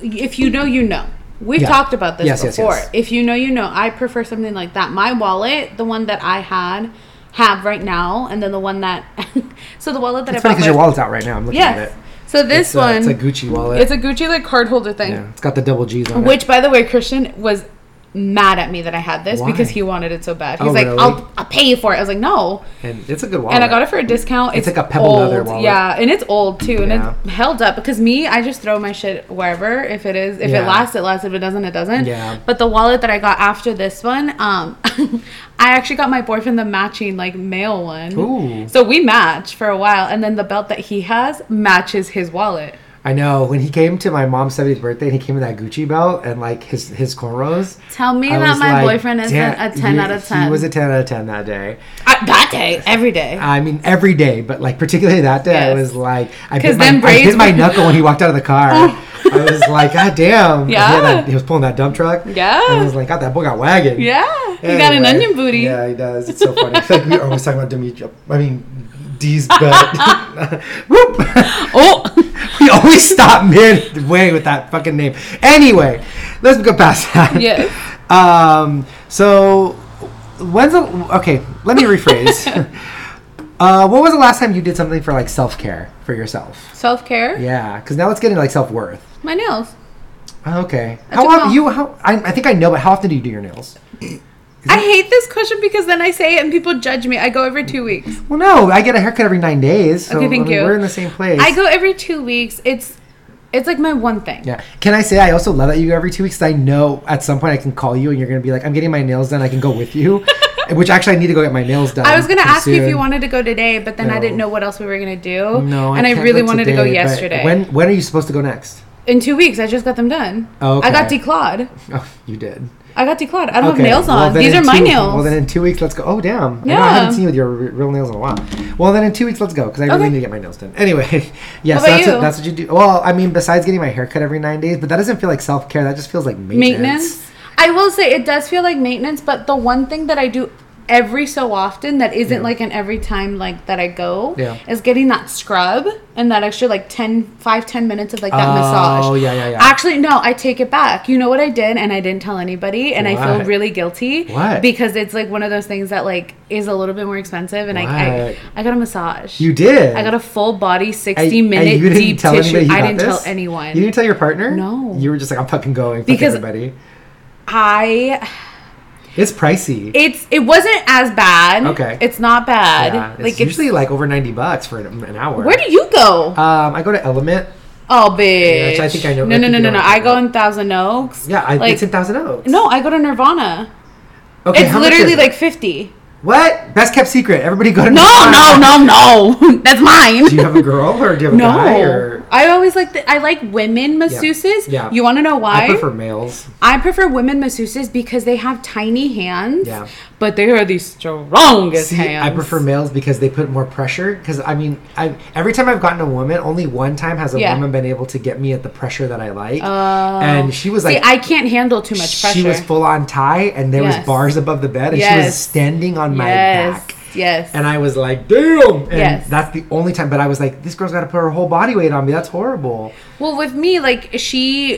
[SPEAKER 3] if you know, you know. We've
[SPEAKER 1] Yeah.
[SPEAKER 3] talked about this
[SPEAKER 1] Yes, yes,
[SPEAKER 3] before.
[SPEAKER 1] yes.
[SPEAKER 3] If you know, you know. I prefer something like that. My wallet, the one that I had, have right now, and then the one that, <laughs> so the wallet that
[SPEAKER 1] it's
[SPEAKER 3] I
[SPEAKER 1] funny
[SPEAKER 3] bought
[SPEAKER 1] because your wallet's out right now. I'm looking at
[SPEAKER 3] Yes.
[SPEAKER 1] it.
[SPEAKER 3] So this
[SPEAKER 1] It's, uh,
[SPEAKER 3] one,
[SPEAKER 1] it's a Gucci wallet.
[SPEAKER 4] It's a Gucci like card holder thing.
[SPEAKER 1] yeah, it's got the double G's on it.
[SPEAKER 3] which by the way, Christian was mad at me that I had this because
[SPEAKER 1] Why?
[SPEAKER 3] he wanted it so bad.
[SPEAKER 1] Oh,
[SPEAKER 3] He's like,
[SPEAKER 1] really?
[SPEAKER 3] I'll, I'll pay you for it. I was like, no.
[SPEAKER 1] And it's a good wallet.
[SPEAKER 3] And I got it for a discount.
[SPEAKER 1] It's
[SPEAKER 3] It's,
[SPEAKER 1] like a pebble
[SPEAKER 3] old.
[SPEAKER 1] leather wallet.
[SPEAKER 3] Yeah, and it's old too, and
[SPEAKER 1] Yeah.
[SPEAKER 3] it's held up because me, I just throw my shit wherever. If it is, if
[SPEAKER 1] Yeah.
[SPEAKER 3] it lasts, it lasts. If it doesn't, it doesn't.
[SPEAKER 1] Yeah.
[SPEAKER 3] But the wallet that I got after this one, um, <laughs> I actually got my boyfriend the matching like male one.
[SPEAKER 1] Ooh.
[SPEAKER 3] So we match for a while, and then the belt that he has matches his wallet.
[SPEAKER 1] I know when he came to my mom's 70th birthday, and he came with that Gucci belt and like his his cornrows.
[SPEAKER 3] Tell me
[SPEAKER 1] I
[SPEAKER 3] that
[SPEAKER 1] was
[SPEAKER 3] my
[SPEAKER 1] like,
[SPEAKER 3] boyfriend isn't
[SPEAKER 1] "Damn,
[SPEAKER 3] a ten
[SPEAKER 1] you-
[SPEAKER 3] out of ten.
[SPEAKER 1] He was a ten out of ten that day.
[SPEAKER 3] Uh, that day, every day.
[SPEAKER 1] I mean, every day, but like particularly that day, I
[SPEAKER 3] Yes.
[SPEAKER 1] was like, I bit,
[SPEAKER 3] 'Cause
[SPEAKER 1] my,
[SPEAKER 3] them
[SPEAKER 1] I bit
[SPEAKER 3] braids
[SPEAKER 1] my
[SPEAKER 3] were-
[SPEAKER 1] knuckle when he walked out of the car.
[SPEAKER 3] <laughs>
[SPEAKER 1] I was like, God damn! 'Cause he had
[SPEAKER 3] Yeah.
[SPEAKER 1] that- he was pulling that dump truck.
[SPEAKER 3] Yeah.
[SPEAKER 1] I was like, God, that boy got wagon.
[SPEAKER 3] yeah, he got an
[SPEAKER 1] Anyway,
[SPEAKER 3] onion booty.
[SPEAKER 1] Yeah, he does. It's so funny. It's like we were always talking about Demetri. I mean,
[SPEAKER 3] <laughs>
[SPEAKER 1] D's butt. <laughs> Whoop.
[SPEAKER 3] Oh, <laughs>
[SPEAKER 1] We always stop midway with that fucking name. Anyway, let's go past that.
[SPEAKER 3] Yes.
[SPEAKER 1] Um. So, when's the okay? Let me
[SPEAKER 3] <laughs>
[SPEAKER 1] rephrase. uh, when was the last time you did something for like self care for yourself?
[SPEAKER 3] self care.
[SPEAKER 1] Yeah, because now let's get into like self worth.
[SPEAKER 3] My nails.
[SPEAKER 1] Okay. how
[SPEAKER 3] I took them
[SPEAKER 1] often
[SPEAKER 3] off.
[SPEAKER 1] you? How I, I think I know, but how often do you do your nails?
[SPEAKER 3] I hate this question because then I say it and people judge me. I go every two weeks.
[SPEAKER 1] Well, no, I get a haircut every nine days. So,
[SPEAKER 3] Okay, thank
[SPEAKER 1] I mean,
[SPEAKER 3] you.
[SPEAKER 1] We're in the same place.
[SPEAKER 3] I go every two weeks. It's it's like my one thing.
[SPEAKER 1] Yeah. Can I say I also love that you go every two weeks? 'cause I know at some point I can call you and you're gonna be like, I'm getting my nails done. I can go with
[SPEAKER 3] <laughs>
[SPEAKER 1] you. Which actually I need to go get my nails done.
[SPEAKER 3] I was gonna
[SPEAKER 1] pretty
[SPEAKER 3] ask you if
[SPEAKER 1] soon.
[SPEAKER 3] you wanted to go today, but then I didn't
[SPEAKER 1] No.
[SPEAKER 3] know what else we were gonna do.
[SPEAKER 1] No,
[SPEAKER 3] and I,
[SPEAKER 1] can't
[SPEAKER 3] really
[SPEAKER 1] go
[SPEAKER 3] wanted to go
[SPEAKER 1] today, but
[SPEAKER 3] yesterday.
[SPEAKER 1] When when are you supposed to go next? <laughs>
[SPEAKER 3] In two weeks, I just got them done.
[SPEAKER 1] Oh, okay.
[SPEAKER 3] I got declawed.
[SPEAKER 1] Oh, you did.
[SPEAKER 3] I got declawed. I don't
[SPEAKER 1] Okay,
[SPEAKER 3] have nails
[SPEAKER 1] well,
[SPEAKER 3] on.
[SPEAKER 1] then
[SPEAKER 3] These
[SPEAKER 1] in
[SPEAKER 3] are my
[SPEAKER 1] two-
[SPEAKER 3] nails.
[SPEAKER 1] Well, then in two weeks, let's go. Oh, damn. I, know, I
[SPEAKER 3] Yeah.
[SPEAKER 1] haven't seen you with your r- real nails in a while. Well, then in two weeks, let's go because I really
[SPEAKER 3] Okay.
[SPEAKER 1] need to get my nails done. Anyway, <laughs> yeah,
[SPEAKER 3] How
[SPEAKER 1] so that's,
[SPEAKER 3] about
[SPEAKER 1] What,
[SPEAKER 3] you?
[SPEAKER 1] that's what you do. Well, I mean, besides getting my hair cut every nine days, but that doesn't feel like self care. That just feels like maintenance.
[SPEAKER 3] maintenance. I will say it does feel like maintenance, but the one thing that I do every so often that isn't
[SPEAKER 1] Yeah.
[SPEAKER 3] like an every time like that I go
[SPEAKER 1] Yeah.
[SPEAKER 3] is getting that scrub and that extra like 10 5 10 minutes of like that
[SPEAKER 1] Oh,
[SPEAKER 3] massage.
[SPEAKER 1] yeah, yeah, yeah.
[SPEAKER 3] Actually no, I take it back. You know what I did and I didn't tell anybody and I
[SPEAKER 1] What?
[SPEAKER 3] feel really guilty
[SPEAKER 1] What?
[SPEAKER 3] because it's like one of those things that like is a little bit more expensive and I,
[SPEAKER 1] What?
[SPEAKER 3] I I got a massage.
[SPEAKER 1] You did.
[SPEAKER 3] I got a full body 60
[SPEAKER 1] And- and
[SPEAKER 3] minute
[SPEAKER 1] you didn't
[SPEAKER 3] deep
[SPEAKER 1] tell
[SPEAKER 3] tissue.
[SPEAKER 1] anybody you
[SPEAKER 3] I
[SPEAKER 1] got
[SPEAKER 3] didn't
[SPEAKER 1] this?
[SPEAKER 3] tell anyone.
[SPEAKER 1] You didn't tell your partner?
[SPEAKER 3] No.
[SPEAKER 1] You were just like, I'm fucking going. Fuck
[SPEAKER 3] Because-
[SPEAKER 1] everybody.
[SPEAKER 3] I
[SPEAKER 1] It's pricey.
[SPEAKER 3] It's it wasn't as bad.
[SPEAKER 1] Okay.
[SPEAKER 3] It's not bad.
[SPEAKER 1] yeah, it's
[SPEAKER 3] like it's
[SPEAKER 1] usually like over 90 bucks for an, an hour.
[SPEAKER 3] where do you go?
[SPEAKER 1] um, I go to Element.
[SPEAKER 3] oh, bitch.
[SPEAKER 1] I think I know-
[SPEAKER 3] No,
[SPEAKER 1] I
[SPEAKER 3] no,
[SPEAKER 1] think
[SPEAKER 3] no,
[SPEAKER 1] you know
[SPEAKER 3] no, no.
[SPEAKER 1] what I'm
[SPEAKER 3] I
[SPEAKER 1] talking
[SPEAKER 3] go in Thousand Oaks.
[SPEAKER 1] Yeah, I,
[SPEAKER 3] like
[SPEAKER 1] it's in Thousand Oaks.
[SPEAKER 3] no, I go to Nirvana.
[SPEAKER 1] okay,
[SPEAKER 3] it's
[SPEAKER 1] how much is
[SPEAKER 3] literally
[SPEAKER 1] it?
[SPEAKER 3] like fifty.
[SPEAKER 1] what? Best kept secret. Everybody go to
[SPEAKER 3] No, no, no, no. <laughs> That's mine.
[SPEAKER 1] Do you have a girl or do you have a
[SPEAKER 3] <laughs> no,
[SPEAKER 1] guy? Or?
[SPEAKER 3] I always like the, I like women masseuses.
[SPEAKER 1] Yeah.
[SPEAKER 3] You want to know why?
[SPEAKER 1] I prefer males.
[SPEAKER 3] I prefer women masseuses because they have tiny hands.
[SPEAKER 1] Yeah.
[SPEAKER 3] But they are the strongest
[SPEAKER 1] See,
[SPEAKER 3] hands.
[SPEAKER 1] I prefer males because they put more pressure. Because I mean, I, every time I've gotten a woman, only one time has a
[SPEAKER 3] Yeah. Oh.
[SPEAKER 1] woman been able to get me at the pressure that I like. and she was
[SPEAKER 3] See,
[SPEAKER 1] like,
[SPEAKER 3] I can't handle too much pressure.
[SPEAKER 1] She was full on tie, and there was
[SPEAKER 3] Yes.
[SPEAKER 1] bars above the bed, and she was
[SPEAKER 3] Yes.
[SPEAKER 1] standing on my
[SPEAKER 3] Yes.
[SPEAKER 1] back.
[SPEAKER 3] Yes.
[SPEAKER 1] And I was like, damn. And
[SPEAKER 3] Yes.
[SPEAKER 1] that's the only time. But I was like, this girl's got to put her whole body weight on me. That's horrible.
[SPEAKER 3] Well, with me, like she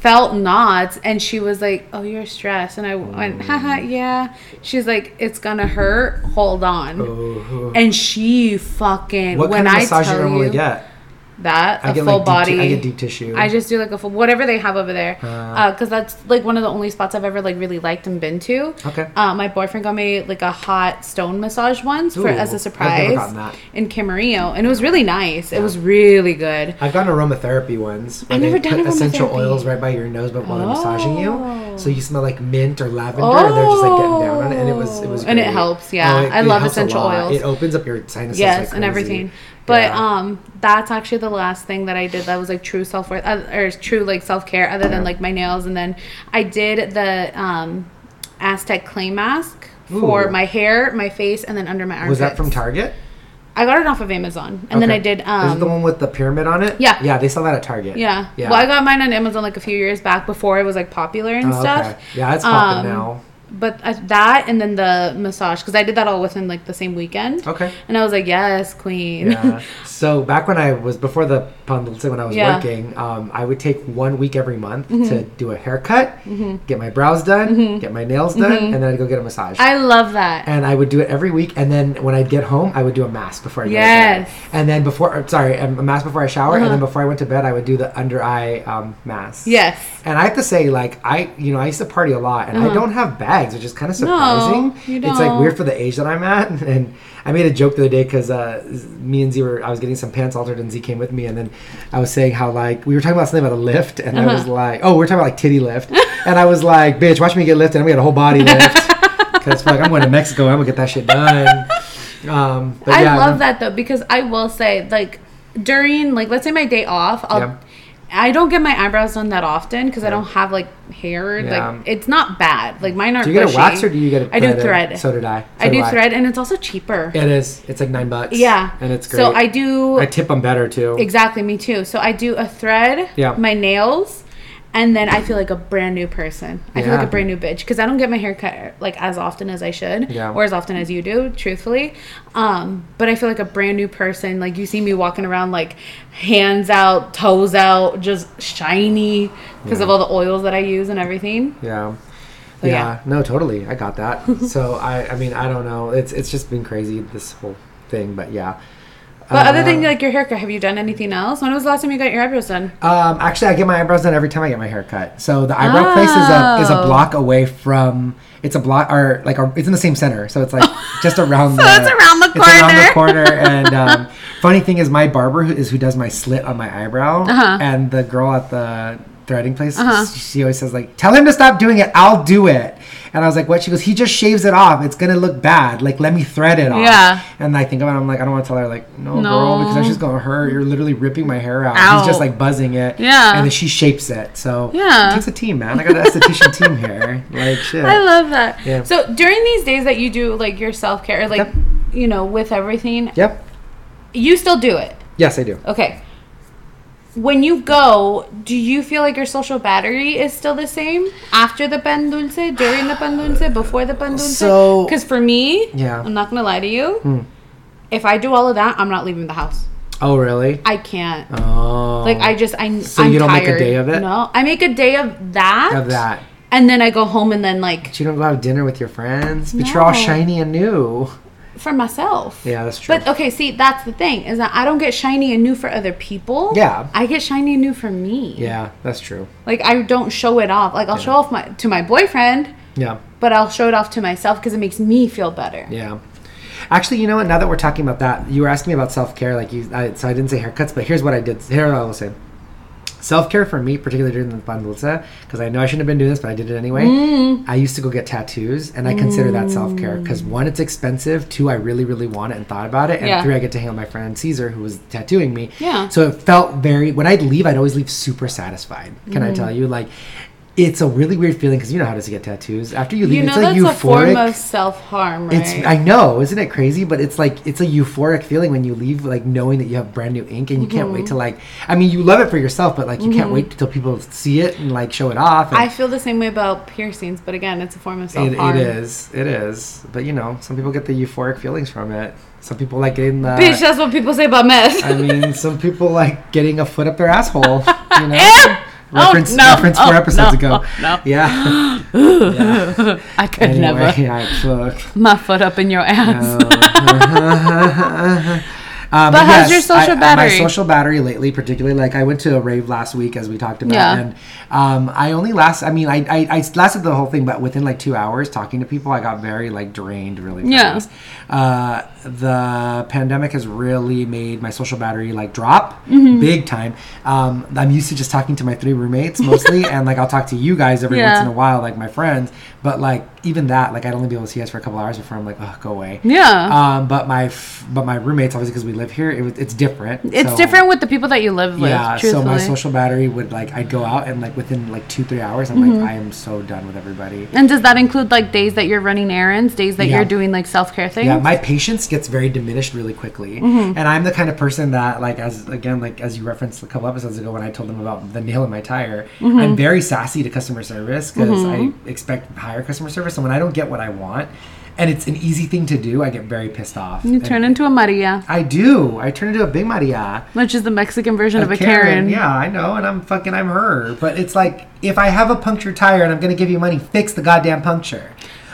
[SPEAKER 3] felt knots, and she was like, "Oh, you're stressed," and I
[SPEAKER 1] Mm.
[SPEAKER 3] went, "Haha, yeah." She's like, "It's gonna hurt. Hold on." And she fucking
[SPEAKER 1] Oh. What
[SPEAKER 3] when
[SPEAKER 1] kind of
[SPEAKER 3] I
[SPEAKER 1] massage you
[SPEAKER 3] tell
[SPEAKER 1] normally
[SPEAKER 3] you
[SPEAKER 1] get?
[SPEAKER 3] that a
[SPEAKER 1] I get
[SPEAKER 3] full
[SPEAKER 1] like
[SPEAKER 3] body,
[SPEAKER 1] Deep ti- I get deep tissue.
[SPEAKER 3] I just do like a full whatever they have over there,
[SPEAKER 1] Ah.
[SPEAKER 3] because that's like one of the only spots I've ever like really liked and been to.
[SPEAKER 1] Okay.
[SPEAKER 3] Uh, my boyfriend got me like a hot stone massage once
[SPEAKER 1] Ooh,
[SPEAKER 3] for as
[SPEAKER 1] I've never
[SPEAKER 3] a surprise
[SPEAKER 1] gotten that.
[SPEAKER 3] in Camarillo, and it was really nice. It was really good.
[SPEAKER 1] I've gotten aromatherapy ones. where
[SPEAKER 3] I've
[SPEAKER 1] they
[SPEAKER 3] never done
[SPEAKER 1] put essential
[SPEAKER 3] aromatherapy.
[SPEAKER 1] oils right by your nose, but while they're massaging
[SPEAKER 3] Oh.
[SPEAKER 1] you, so you smell like mint or lavender. and They're just like getting down on it, and it was it was.
[SPEAKER 3] And it
[SPEAKER 1] great.
[SPEAKER 3] helps, yeah.
[SPEAKER 1] Oh,
[SPEAKER 3] I love
[SPEAKER 1] helps a
[SPEAKER 3] essential
[SPEAKER 1] lot.
[SPEAKER 3] oils.
[SPEAKER 1] It opens up your sinuses.
[SPEAKER 3] yes
[SPEAKER 1] like
[SPEAKER 3] and
[SPEAKER 1] crazy.
[SPEAKER 3] everything but
[SPEAKER 1] Yeah.
[SPEAKER 3] um that's actually the last thing that i did that was like true self-worth uh, or true like self-care other than like my nails and then i did the um aztec clay mask for
[SPEAKER 1] Ooh.
[SPEAKER 3] my hair my face and then under my um, armpits
[SPEAKER 1] was that from Target?
[SPEAKER 3] i got it off of amazon and then
[SPEAKER 1] Okay.
[SPEAKER 3] i did
[SPEAKER 1] Is it
[SPEAKER 3] um
[SPEAKER 1] the one with the pyramid on it?
[SPEAKER 3] Yeah.
[SPEAKER 1] Yeah, they sell that at Target.
[SPEAKER 3] yeah.
[SPEAKER 1] Yeah.
[SPEAKER 3] well i got mine on amazon like a few years back before it was like popular and
[SPEAKER 1] Oh,
[SPEAKER 3] stuff
[SPEAKER 1] okay. Yeah, it's popping
[SPEAKER 3] Um,
[SPEAKER 1] now.
[SPEAKER 3] but I, that and then the massage because i did that all within like the same weekend <laughs>
[SPEAKER 1] Okay.
[SPEAKER 3] and i was like yes queen
[SPEAKER 1] Yeah. so back when I was before the pun, let's say when I was
[SPEAKER 3] Yeah. Mm-hmm.
[SPEAKER 1] working, um, I would take one week every month to do a haircut, get my brows done, get my nails done,
[SPEAKER 3] Mm-hmm.
[SPEAKER 1] and then I'd go get a massage.
[SPEAKER 3] i love that
[SPEAKER 1] and I would do it every week. And then when I'd get home, I would do a mask before I go
[SPEAKER 3] Yes. Uh-huh.
[SPEAKER 1] to bed. And then before, uh, sorry, a a mask before I shower, and then before I went to bed, I would do the under eye um, mask.
[SPEAKER 3] Yes. Uh-huh.
[SPEAKER 1] And I have to say, like I, you know, I used to party a lot, and I don't have bags, which is kind of surprising.
[SPEAKER 3] you
[SPEAKER 1] It's like
[SPEAKER 3] don't.
[SPEAKER 1] weird for the age that I'm at. <laughs> And I made a joke the other day because uh, Z- me and Z were, I was getting some pants altered, and Z came with me, and then I was saying how like we were talking about something about a lift, and I
[SPEAKER 3] Uh-huh.
[SPEAKER 1] was like, oh, we we're talking about like titty
[SPEAKER 3] <laughs>
[SPEAKER 1] lift, and I was like, bitch, watch me get lifted. I'm gonna get a whole body
[SPEAKER 3] <laughs>
[SPEAKER 1] lift. Because fuck, I'm going to Mexico. I'm gonna get that shit done. Um, but
[SPEAKER 3] I
[SPEAKER 1] yeah,
[SPEAKER 3] love that though because I will say like during like let's say my day off, I'll
[SPEAKER 1] Yeah.
[SPEAKER 3] I don't get my eyebrows done that often because I don't have like hair.
[SPEAKER 1] Yeah.
[SPEAKER 3] Like it's not bad. Like mine aren't.
[SPEAKER 1] Do you get
[SPEAKER 3] bushy.
[SPEAKER 1] a wax or do you get a
[SPEAKER 3] I do
[SPEAKER 1] threaded?
[SPEAKER 3] thread.
[SPEAKER 1] So did I. So
[SPEAKER 3] I do
[SPEAKER 1] I.
[SPEAKER 3] thread, and it's also cheaper.
[SPEAKER 1] It is. It's like nine bucks.
[SPEAKER 3] Yeah.
[SPEAKER 1] and it's great.
[SPEAKER 3] So I do
[SPEAKER 1] I tip them better too.
[SPEAKER 3] exactly me too. So I do a thread.
[SPEAKER 1] Yeah.
[SPEAKER 3] My nails. And then I feel like a brand new person. I feel like
[SPEAKER 1] Yeah.
[SPEAKER 3] a brand new bitch because I don't get my hair cut like as often as I should,
[SPEAKER 1] Yeah.
[SPEAKER 3] or as often as you do, truthfully. Um, but I feel like a brand new person. Like you see me walking around, like hands out, toes out, just shiny because of all the oils that I use and everything.
[SPEAKER 1] Yeah.
[SPEAKER 3] So,
[SPEAKER 1] yeah.
[SPEAKER 3] yeah.
[SPEAKER 1] No, totally. I got that. so I I mean, I don't know. It's it's just been crazy this whole thing, but yeah.
[SPEAKER 3] But other
[SPEAKER 1] Uh,
[SPEAKER 3] than like your haircut, have you done anything else? When was the last time you got your eyebrows done?
[SPEAKER 1] Um, actually, I get my eyebrows done every time I get my hair cut. So the eyebrow place is a is a
[SPEAKER 5] Oh.
[SPEAKER 1] block away from. It's a block or like a, it's in the same center,
[SPEAKER 5] <laughs>
[SPEAKER 1] so it's like just around. so the,
[SPEAKER 5] it's around the
[SPEAKER 1] It's around the
[SPEAKER 5] corner.
[SPEAKER 1] corner.
[SPEAKER 5] <laughs>
[SPEAKER 1] And um, funny thing is, my barber who, is who does my slit on my eyebrow,
[SPEAKER 5] Uh-huh.
[SPEAKER 1] and the girl at the threading place, she, she always says like, "Tell him to stop doing it. I'll do it." And I was like, "What?" She goes, "He just shaves it off. It's gonna look bad. Like, let me thread it off."
[SPEAKER 5] Yeah.
[SPEAKER 1] And I think about it, I'm like, I don't want to tell her like, "No,
[SPEAKER 5] No.
[SPEAKER 1] girl," because that's just gonna hurt. You're literally ripping my hair out. He's just
[SPEAKER 5] Ow.
[SPEAKER 1] like buzzing it.
[SPEAKER 5] Yeah.
[SPEAKER 1] And then she shapes it. So
[SPEAKER 5] Yeah.
[SPEAKER 1] it takes a team, man. I got an esthetician team
[SPEAKER 3] <laughs>
[SPEAKER 1] here. Like shit.
[SPEAKER 3] I love that.
[SPEAKER 1] Uh, Yeah.
[SPEAKER 3] So during these days that you do like your self care, like
[SPEAKER 1] Yep.
[SPEAKER 3] you know, with everything,
[SPEAKER 1] yep.
[SPEAKER 3] you still do it.
[SPEAKER 1] Yes, I do.
[SPEAKER 3] Okay. When you go, do you feel like your social battery is still the same after the pan dulce, during the pan dulce, before the pan dulce?
[SPEAKER 1] So-
[SPEAKER 3] because for me,
[SPEAKER 1] Yeah. Hmm.
[SPEAKER 3] I'm not gonna lie to you. If I do all of that, I'm not leaving the house.
[SPEAKER 1] Oh really?
[SPEAKER 3] I can't.
[SPEAKER 1] Oh.
[SPEAKER 3] Like I just I.
[SPEAKER 1] So
[SPEAKER 3] I'm
[SPEAKER 1] you don't make
[SPEAKER 3] tired.
[SPEAKER 1] a day of it?
[SPEAKER 3] No, I make a day of that.
[SPEAKER 1] Of that.
[SPEAKER 3] And then I go home and then like
[SPEAKER 1] But you don't go have dinner with your friends. But you're all
[SPEAKER 3] No.
[SPEAKER 1] shiny and new.
[SPEAKER 3] for myself.
[SPEAKER 1] Yeah, that's true.
[SPEAKER 3] But uh, okay, see, that's the thing is that I don't get shiny and new for other people.
[SPEAKER 1] Yeah.
[SPEAKER 3] I get shiny and new for me.
[SPEAKER 1] yeah, that's true.
[SPEAKER 3] Like I don't show it off. Like I'll show off my to my boyfriend,
[SPEAKER 1] Yeah.
[SPEAKER 3] but I'll show it off to myself because it makes me feel better.
[SPEAKER 1] Yeah. Actually, you know what? Now that we're talking about that, you were asking me about self care. Like you, I, so I didn't say haircuts, but here's what I did. Here I will say. Self care for me, particularly during the pandulce, because I know I shouldn't have been doing this, but I did it anyway.
[SPEAKER 2] Mm.
[SPEAKER 1] I used to go get tattoos, and I consider that self care because one, it's expensive. Two, I really, really want it and thought about it. And
[SPEAKER 3] Yeah.
[SPEAKER 1] three, I get to hang out with my friend Caesar, who was tattooing me.
[SPEAKER 3] Yeah.
[SPEAKER 2] Mm.
[SPEAKER 1] So it felt very. When I'd leave, I'd always leave super satisfied. Can I tell you? Like, It's a really weird feeling because you know how it is to get tattoos. After you leave,
[SPEAKER 2] You know
[SPEAKER 1] it's like
[SPEAKER 2] that's
[SPEAKER 1] euphoric.
[SPEAKER 2] a form of self harm, right?
[SPEAKER 1] It's I know, isn't it crazy? But it's like it's a euphoric feeling when you leave, like knowing that you have brand new ink and you can't
[SPEAKER 3] Mm-hmm.
[SPEAKER 1] wait to like. I mean, you love it for yourself, but like you can't wait till people see it and like show it off.
[SPEAKER 2] I
[SPEAKER 1] And
[SPEAKER 2] feel the same way about piercings, but again, it's a form of self
[SPEAKER 1] it,
[SPEAKER 2] harm.
[SPEAKER 1] it is, it is. But you know, some people get the euphoric feelings from it. Some people like getting the.
[SPEAKER 2] Bitch, that's what people say about meth.
[SPEAKER 3] <laughs>
[SPEAKER 1] I mean, some people like getting a foot up their asshole. You know. Reference,
[SPEAKER 3] no.
[SPEAKER 1] reference four
[SPEAKER 3] <laughs> Eh! Oh,
[SPEAKER 1] episodes
[SPEAKER 3] no.
[SPEAKER 1] ago.
[SPEAKER 3] Oh, no.
[SPEAKER 1] Yeah.
[SPEAKER 3] <laughs> I could
[SPEAKER 1] Anyway,
[SPEAKER 3] <laughs> never.
[SPEAKER 1] I, fuck.
[SPEAKER 3] My foot up in your ass.
[SPEAKER 1] <laughs> Um,
[SPEAKER 3] But how's your social
[SPEAKER 1] I-
[SPEAKER 3] battery?
[SPEAKER 1] My social battery lately, particularly, like I went to a rave last week, as we talked about,
[SPEAKER 3] Yeah.
[SPEAKER 1] and um, I only last. I mean, I, I I lasted the whole thing, but within like two hours talking to people, I got very like drained, really.
[SPEAKER 3] Yeah.
[SPEAKER 1] fast. Uh, the pandemic has really made my social battery like drop
[SPEAKER 3] Mm-hmm.
[SPEAKER 1] big time. Um, I'm used to just talking to my three roommates
[SPEAKER 3] <laughs>
[SPEAKER 1] mostly, and like I'll talk to you guys every once
[SPEAKER 3] Yeah.
[SPEAKER 1] in a while, like my friends. But like even that, like I'd only be able to see you guys for a couple hours before I'm like, oh, go away.
[SPEAKER 3] <laughs> Yeah.
[SPEAKER 1] Um, but my f- but my roommates obviously because we live here, it, was- it's different.
[SPEAKER 3] it's
[SPEAKER 1] So,
[SPEAKER 3] different with the people that you live with.
[SPEAKER 1] Yeah. So
[SPEAKER 3] truthfully.
[SPEAKER 1] my social battery would like I'd go out and like within like two three hours I'm
[SPEAKER 3] Mm-hmm.
[SPEAKER 1] like I am so done with everybody.
[SPEAKER 3] And does that include like days that you're running errands, days that
[SPEAKER 1] Yeah.
[SPEAKER 3] you're doing like self care things?
[SPEAKER 1] Yeah, my patience gets very diminished really quickly,
[SPEAKER 3] Mm-hmm.
[SPEAKER 1] and I'm the kind of person that, like, as again, like as you referenced a couple episodes ago when I told them about the nail in my tire,
[SPEAKER 3] Mm-hmm.
[SPEAKER 1] I'm very sassy to customer service because I expect higher customer service, and when I don't get what I want, and it's an easy thing to do, I get very pissed off.
[SPEAKER 3] you turn into a Maria,
[SPEAKER 1] I do. I turn into a big Maria.
[SPEAKER 3] which is the Mexican version of a
[SPEAKER 1] Karen,
[SPEAKER 3] Karen.
[SPEAKER 1] Yeah, I know, and I'm fucking I'm her. But it's like if I have a punctured tire and I'm gonna give you money, fix the goddamn puncture.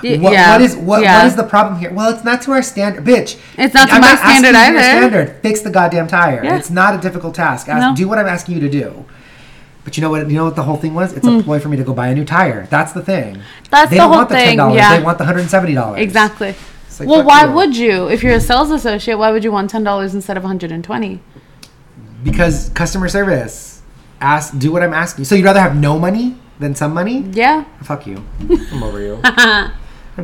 [SPEAKER 3] Y-
[SPEAKER 1] What,
[SPEAKER 3] yeah,
[SPEAKER 1] what is what,
[SPEAKER 3] yeah.
[SPEAKER 1] what is the problem here? Well, it's not to our standard, bitch.
[SPEAKER 3] It's not to
[SPEAKER 1] I'm
[SPEAKER 3] my
[SPEAKER 1] asking
[SPEAKER 3] standard
[SPEAKER 1] you your
[SPEAKER 3] either.
[SPEAKER 1] standard. Fix the goddamn tire.
[SPEAKER 3] Yeah.
[SPEAKER 1] It's not a difficult task. Ask,
[SPEAKER 3] No.
[SPEAKER 1] Do what I'm asking you to do. But you know what? You know what the whole thing was? It's a ploy for me to go buy a new tire. That's the thing.
[SPEAKER 3] Mm. That's
[SPEAKER 1] they
[SPEAKER 3] the
[SPEAKER 1] don't
[SPEAKER 3] whole
[SPEAKER 1] want the
[SPEAKER 3] thing,
[SPEAKER 1] $10,
[SPEAKER 3] yeah.
[SPEAKER 1] They want the hundred and seventy dollars.
[SPEAKER 3] Exactly.
[SPEAKER 1] like,
[SPEAKER 3] well,
[SPEAKER 1] fuck
[SPEAKER 3] why
[SPEAKER 1] you.
[SPEAKER 3] would you? If you're a sales associate, why would you want ten dollars instead of one hundred and twenty?
[SPEAKER 1] Because customer service. Ask. Do what I'm asking. So you'd rather have no money than some money?
[SPEAKER 3] Yeah.
[SPEAKER 1] Fuck
[SPEAKER 3] <laughs>
[SPEAKER 1] you. I'm over you. I'm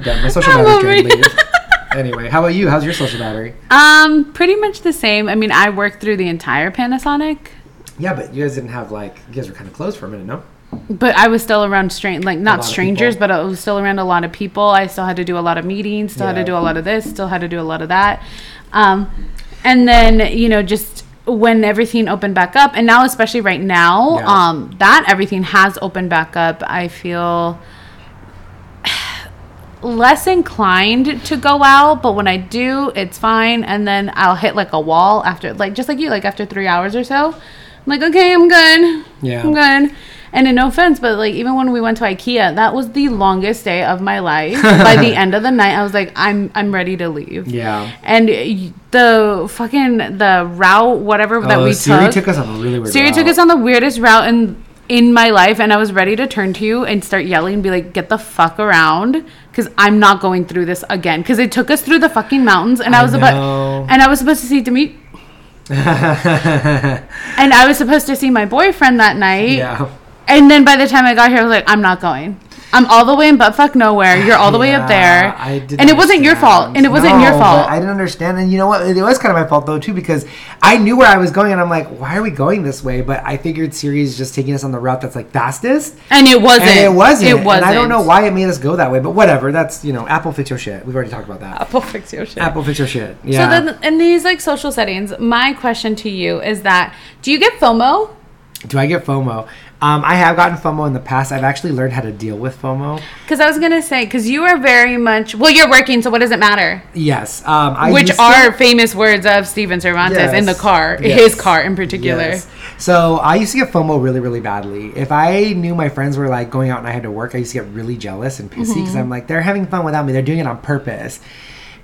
[SPEAKER 1] done. My social
[SPEAKER 3] I'm over
[SPEAKER 1] battery drained.
[SPEAKER 3] you.
[SPEAKER 1] Leave. Anyway, how about you? How's your social battery?
[SPEAKER 3] Um, pretty much the same. I mean, I worked through the entire Panasonic,
[SPEAKER 1] Yeah, but you guys didn't have like you guys were kind of closed for a minute, no?
[SPEAKER 3] but I was still around strange, like
[SPEAKER 1] lot
[SPEAKER 3] not
[SPEAKER 1] of
[SPEAKER 3] strangers,
[SPEAKER 1] people.
[SPEAKER 3] but I was still around a lot of people. I still had to do a lot of meetings, still had
[SPEAKER 1] Yeah.
[SPEAKER 3] to do a lot of this, still had to do a lot of that. Um, and then you know just when everything opened back up, and now especially right now,
[SPEAKER 1] Yeah.
[SPEAKER 3] um, that everything has opened back up. I feel less inclined to go out, but when I do, it's fine. And then I'll hit like a wall after, like just like you, like after three hours or so. I'm like, okay, I'm good.
[SPEAKER 1] Yeah.
[SPEAKER 3] I'm good. And in no offense, but like even when we went to IKEA, that was the longest day of
[SPEAKER 1] <laughs>
[SPEAKER 3] my life. By the end of the night, I was like, I'm I'm ready to leave.
[SPEAKER 1] Yeah.
[SPEAKER 3] And y- the fucking the route, whatever that
[SPEAKER 1] Oh,
[SPEAKER 3] we
[SPEAKER 1] Siri
[SPEAKER 3] took,
[SPEAKER 1] took us on a really weird
[SPEAKER 3] Siri took
[SPEAKER 1] route.
[SPEAKER 3] us on the weirdest route in in my life, and I was ready to turn to you and start yelling and be like, "Get the fuck around!" Because I'm not going through this again. Because it took us through the fucking mountains, and I,
[SPEAKER 1] I
[SPEAKER 3] was
[SPEAKER 1] know.
[SPEAKER 3] about and I was supposed to see Dimitri.
[SPEAKER 1] <laughs>
[SPEAKER 3] and I was supposed to see my boyfriend that night.
[SPEAKER 1] Yeah.
[SPEAKER 3] And then by the time I got here, I was like, I'm not going. I'm all the way in butt fuck nowhere. You're all the way up there.
[SPEAKER 1] I didn't
[SPEAKER 3] and it wasn't your fault.
[SPEAKER 1] understand.
[SPEAKER 3] And it wasn't
[SPEAKER 1] No,
[SPEAKER 3] your fault.
[SPEAKER 1] but I didn't understand, and you know what? It was kind of my fault though too because I knew where I was going, and I'm like, why are we going this way? But I figured Siri is just taking us on the route that's like fastest,
[SPEAKER 3] and it wasn't.
[SPEAKER 1] and it wasn't.
[SPEAKER 3] It wasn't.
[SPEAKER 1] And I don't know why it made us go that way, but whatever. That's you know, Apple fix your shit. We've already talked about that.
[SPEAKER 3] Apple fix your shit.
[SPEAKER 1] Apple fix your shit.
[SPEAKER 3] So
[SPEAKER 1] Yeah.
[SPEAKER 3] then, in these like social settings, my question to you is that do you get FOMO?
[SPEAKER 1] Do I get FOMO? Um, I have gotten FOMO in the past. I've actually learned how to deal with FOMO.
[SPEAKER 3] Because I was gonna say, because you are very much well, you're working, so what does it matter?
[SPEAKER 1] Yes. Um, I
[SPEAKER 3] Which
[SPEAKER 1] used to-
[SPEAKER 3] are famous words of Steven Cervantes in the
[SPEAKER 1] Yes.
[SPEAKER 3] car,
[SPEAKER 1] Yes.
[SPEAKER 3] his car in particular.
[SPEAKER 1] Yes. So I used to get FOMO really, really badly. If I knew my friends were like going out and I had to work, I used to get really jealous and pissy
[SPEAKER 3] Mm-hmm.
[SPEAKER 1] because I'm like, they're having fun without me. They're doing it on purpose.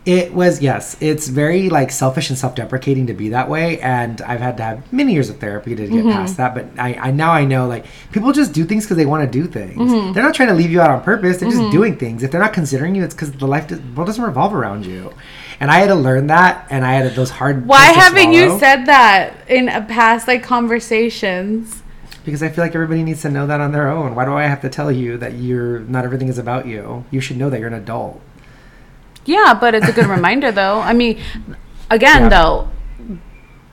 [SPEAKER 1] It was yes, it's very like selfish and self-deprecating to be that way, and I've had to have many years of therapy to get past
[SPEAKER 3] Mm-hmm.
[SPEAKER 1] that. But I, I now I know like people just do things because they want to do things.
[SPEAKER 3] Mm-hmm.
[SPEAKER 1] They're not trying to leave you out on purpose. They're just doing things. If they're not considering you, it's because the life does, world doesn't revolve around you. And I had to learn that, and I had those hard.
[SPEAKER 3] Why
[SPEAKER 1] pills to
[SPEAKER 3] haven't you
[SPEAKER 1] swallow.
[SPEAKER 3] said that in a past like conversations?
[SPEAKER 1] Because I feel like everybody needs to know that on their own. Why do I have to tell you that you're not everything is about you? You should know that you're an adult.
[SPEAKER 3] <laughs> Yeah, but it's a good reminder though. I mean, again
[SPEAKER 1] Yeah.
[SPEAKER 3] though,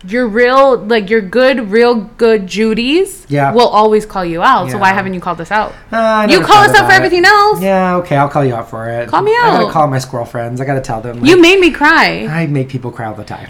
[SPEAKER 3] your real, like your good, real good Judies
[SPEAKER 1] Yeah.
[SPEAKER 3] will always call you out. So why
[SPEAKER 1] Yeah.
[SPEAKER 3] haven't you called us out?
[SPEAKER 1] Uh, I
[SPEAKER 3] you
[SPEAKER 1] never
[SPEAKER 3] call
[SPEAKER 1] thought
[SPEAKER 3] us out for
[SPEAKER 1] about it.
[SPEAKER 3] everything else.
[SPEAKER 1] Yeah, okay, I'll call you out for it.
[SPEAKER 3] Call me
[SPEAKER 1] I
[SPEAKER 3] out.
[SPEAKER 1] gotta call my squirrel friends. I gotta tell them. like,
[SPEAKER 3] You made me cry.
[SPEAKER 1] I make people cry all the time.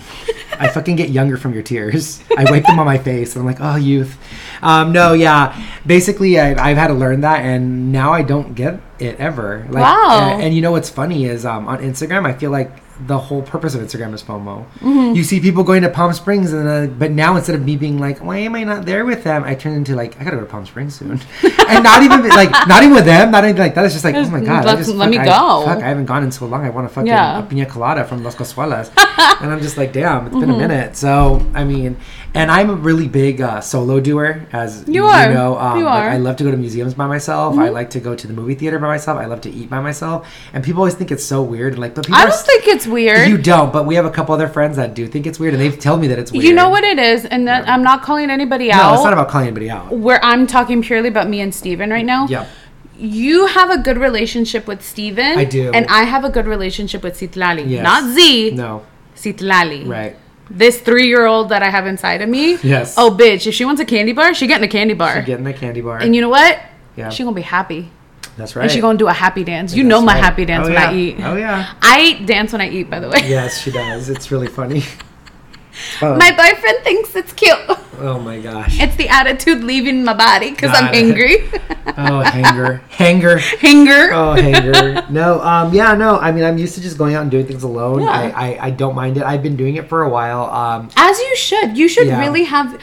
[SPEAKER 1] I fucking get younger from your tears. I wipe them on my face. And I'm like, oh, youth. Um, no, yeah. Basically, I, I've had to learn that, and now I don't get it ever. Like,
[SPEAKER 3] Wow.
[SPEAKER 1] And, and you know what's funny is um, on Instagram, I feel like the whole purpose of Instagram is FOMO.
[SPEAKER 3] Mm-hmm.
[SPEAKER 1] You see people going to Palm Springs, and uh, but now instead of me being like, why am I not there with them? I turn into like, I gotta go to Palm Springs
[SPEAKER 3] <laughs>
[SPEAKER 1] soon, and not even like, not even with them, not even like that. It's just like, oh my god, I
[SPEAKER 3] Let's-
[SPEAKER 1] just,
[SPEAKER 3] let me
[SPEAKER 1] I-
[SPEAKER 3] go.
[SPEAKER 1] fuck, I haven't gone in so long. I want to fucking
[SPEAKER 3] Yeah.
[SPEAKER 1] a pina colada from Las
[SPEAKER 3] <laughs>
[SPEAKER 1] Casuelas. and I'm just like, damn, it's been
[SPEAKER 3] Mm-hmm.
[SPEAKER 1] a minute. So, I mean, and I'm a really big uh, solo doer, as
[SPEAKER 3] You are.
[SPEAKER 1] know. Um,
[SPEAKER 3] You
[SPEAKER 1] like,
[SPEAKER 3] are. Mm-hmm.
[SPEAKER 1] I love to go to museums by myself. I like to go to the movie theater by myself. I love to eat by myself. And people always think it's so weird. Like, but people
[SPEAKER 3] I
[SPEAKER 1] are
[SPEAKER 3] don't
[SPEAKER 1] st-
[SPEAKER 3] think it's weird.
[SPEAKER 1] you don't, but we have a couple other friends that do think it's weird, and they tell me that it's weird.
[SPEAKER 3] You know what it is, and that I'm not calling anybody
[SPEAKER 1] No,
[SPEAKER 3] out.
[SPEAKER 1] it's not about calling anybody out.
[SPEAKER 3] where I'm talking purely about me and Steven right now.
[SPEAKER 1] Yeah.
[SPEAKER 3] You have a good relationship with Steven.
[SPEAKER 1] I do.
[SPEAKER 3] And I have a good relationship with Citlali.
[SPEAKER 1] Yes.
[SPEAKER 3] Not Z.
[SPEAKER 1] No.
[SPEAKER 3] Citlali.
[SPEAKER 1] Right.
[SPEAKER 3] This three year old that I have inside of me.
[SPEAKER 1] Yes.
[SPEAKER 3] Oh, bitch. If she wants a candy bar, she getting a candy bar.
[SPEAKER 1] Getting the candy bar.
[SPEAKER 3] and you know what?
[SPEAKER 1] Yeah.
[SPEAKER 3] She gonna be happy.
[SPEAKER 1] That's right.
[SPEAKER 3] And she gonna do a happy dance. You know
[SPEAKER 1] That's
[SPEAKER 3] my
[SPEAKER 1] right.
[SPEAKER 3] happy dance
[SPEAKER 1] Oh,
[SPEAKER 3] when
[SPEAKER 1] yeah.
[SPEAKER 3] I eat.
[SPEAKER 1] Oh, yeah.
[SPEAKER 3] I dance when I eat, by the way.
[SPEAKER 1] Yes, she does. It's really funny. Oh,
[SPEAKER 3] <laughs> My boyfriend thinks it's cute.
[SPEAKER 1] oh my gosh.
[SPEAKER 3] It's the attitude leaving my body because I'm
[SPEAKER 1] Got it.
[SPEAKER 3] angry. <laughs>
[SPEAKER 1] Oh, hanger. hanger.
[SPEAKER 3] Hanger.
[SPEAKER 1] Oh, hanger. No, um, yeah, no. I mean, I'm used to just going out and doing things alone.
[SPEAKER 3] Yeah.
[SPEAKER 1] I, I, I don't mind it. I've been doing it for a while. Um,
[SPEAKER 3] <laughs> As you should. You should
[SPEAKER 1] Yeah.
[SPEAKER 3] really have,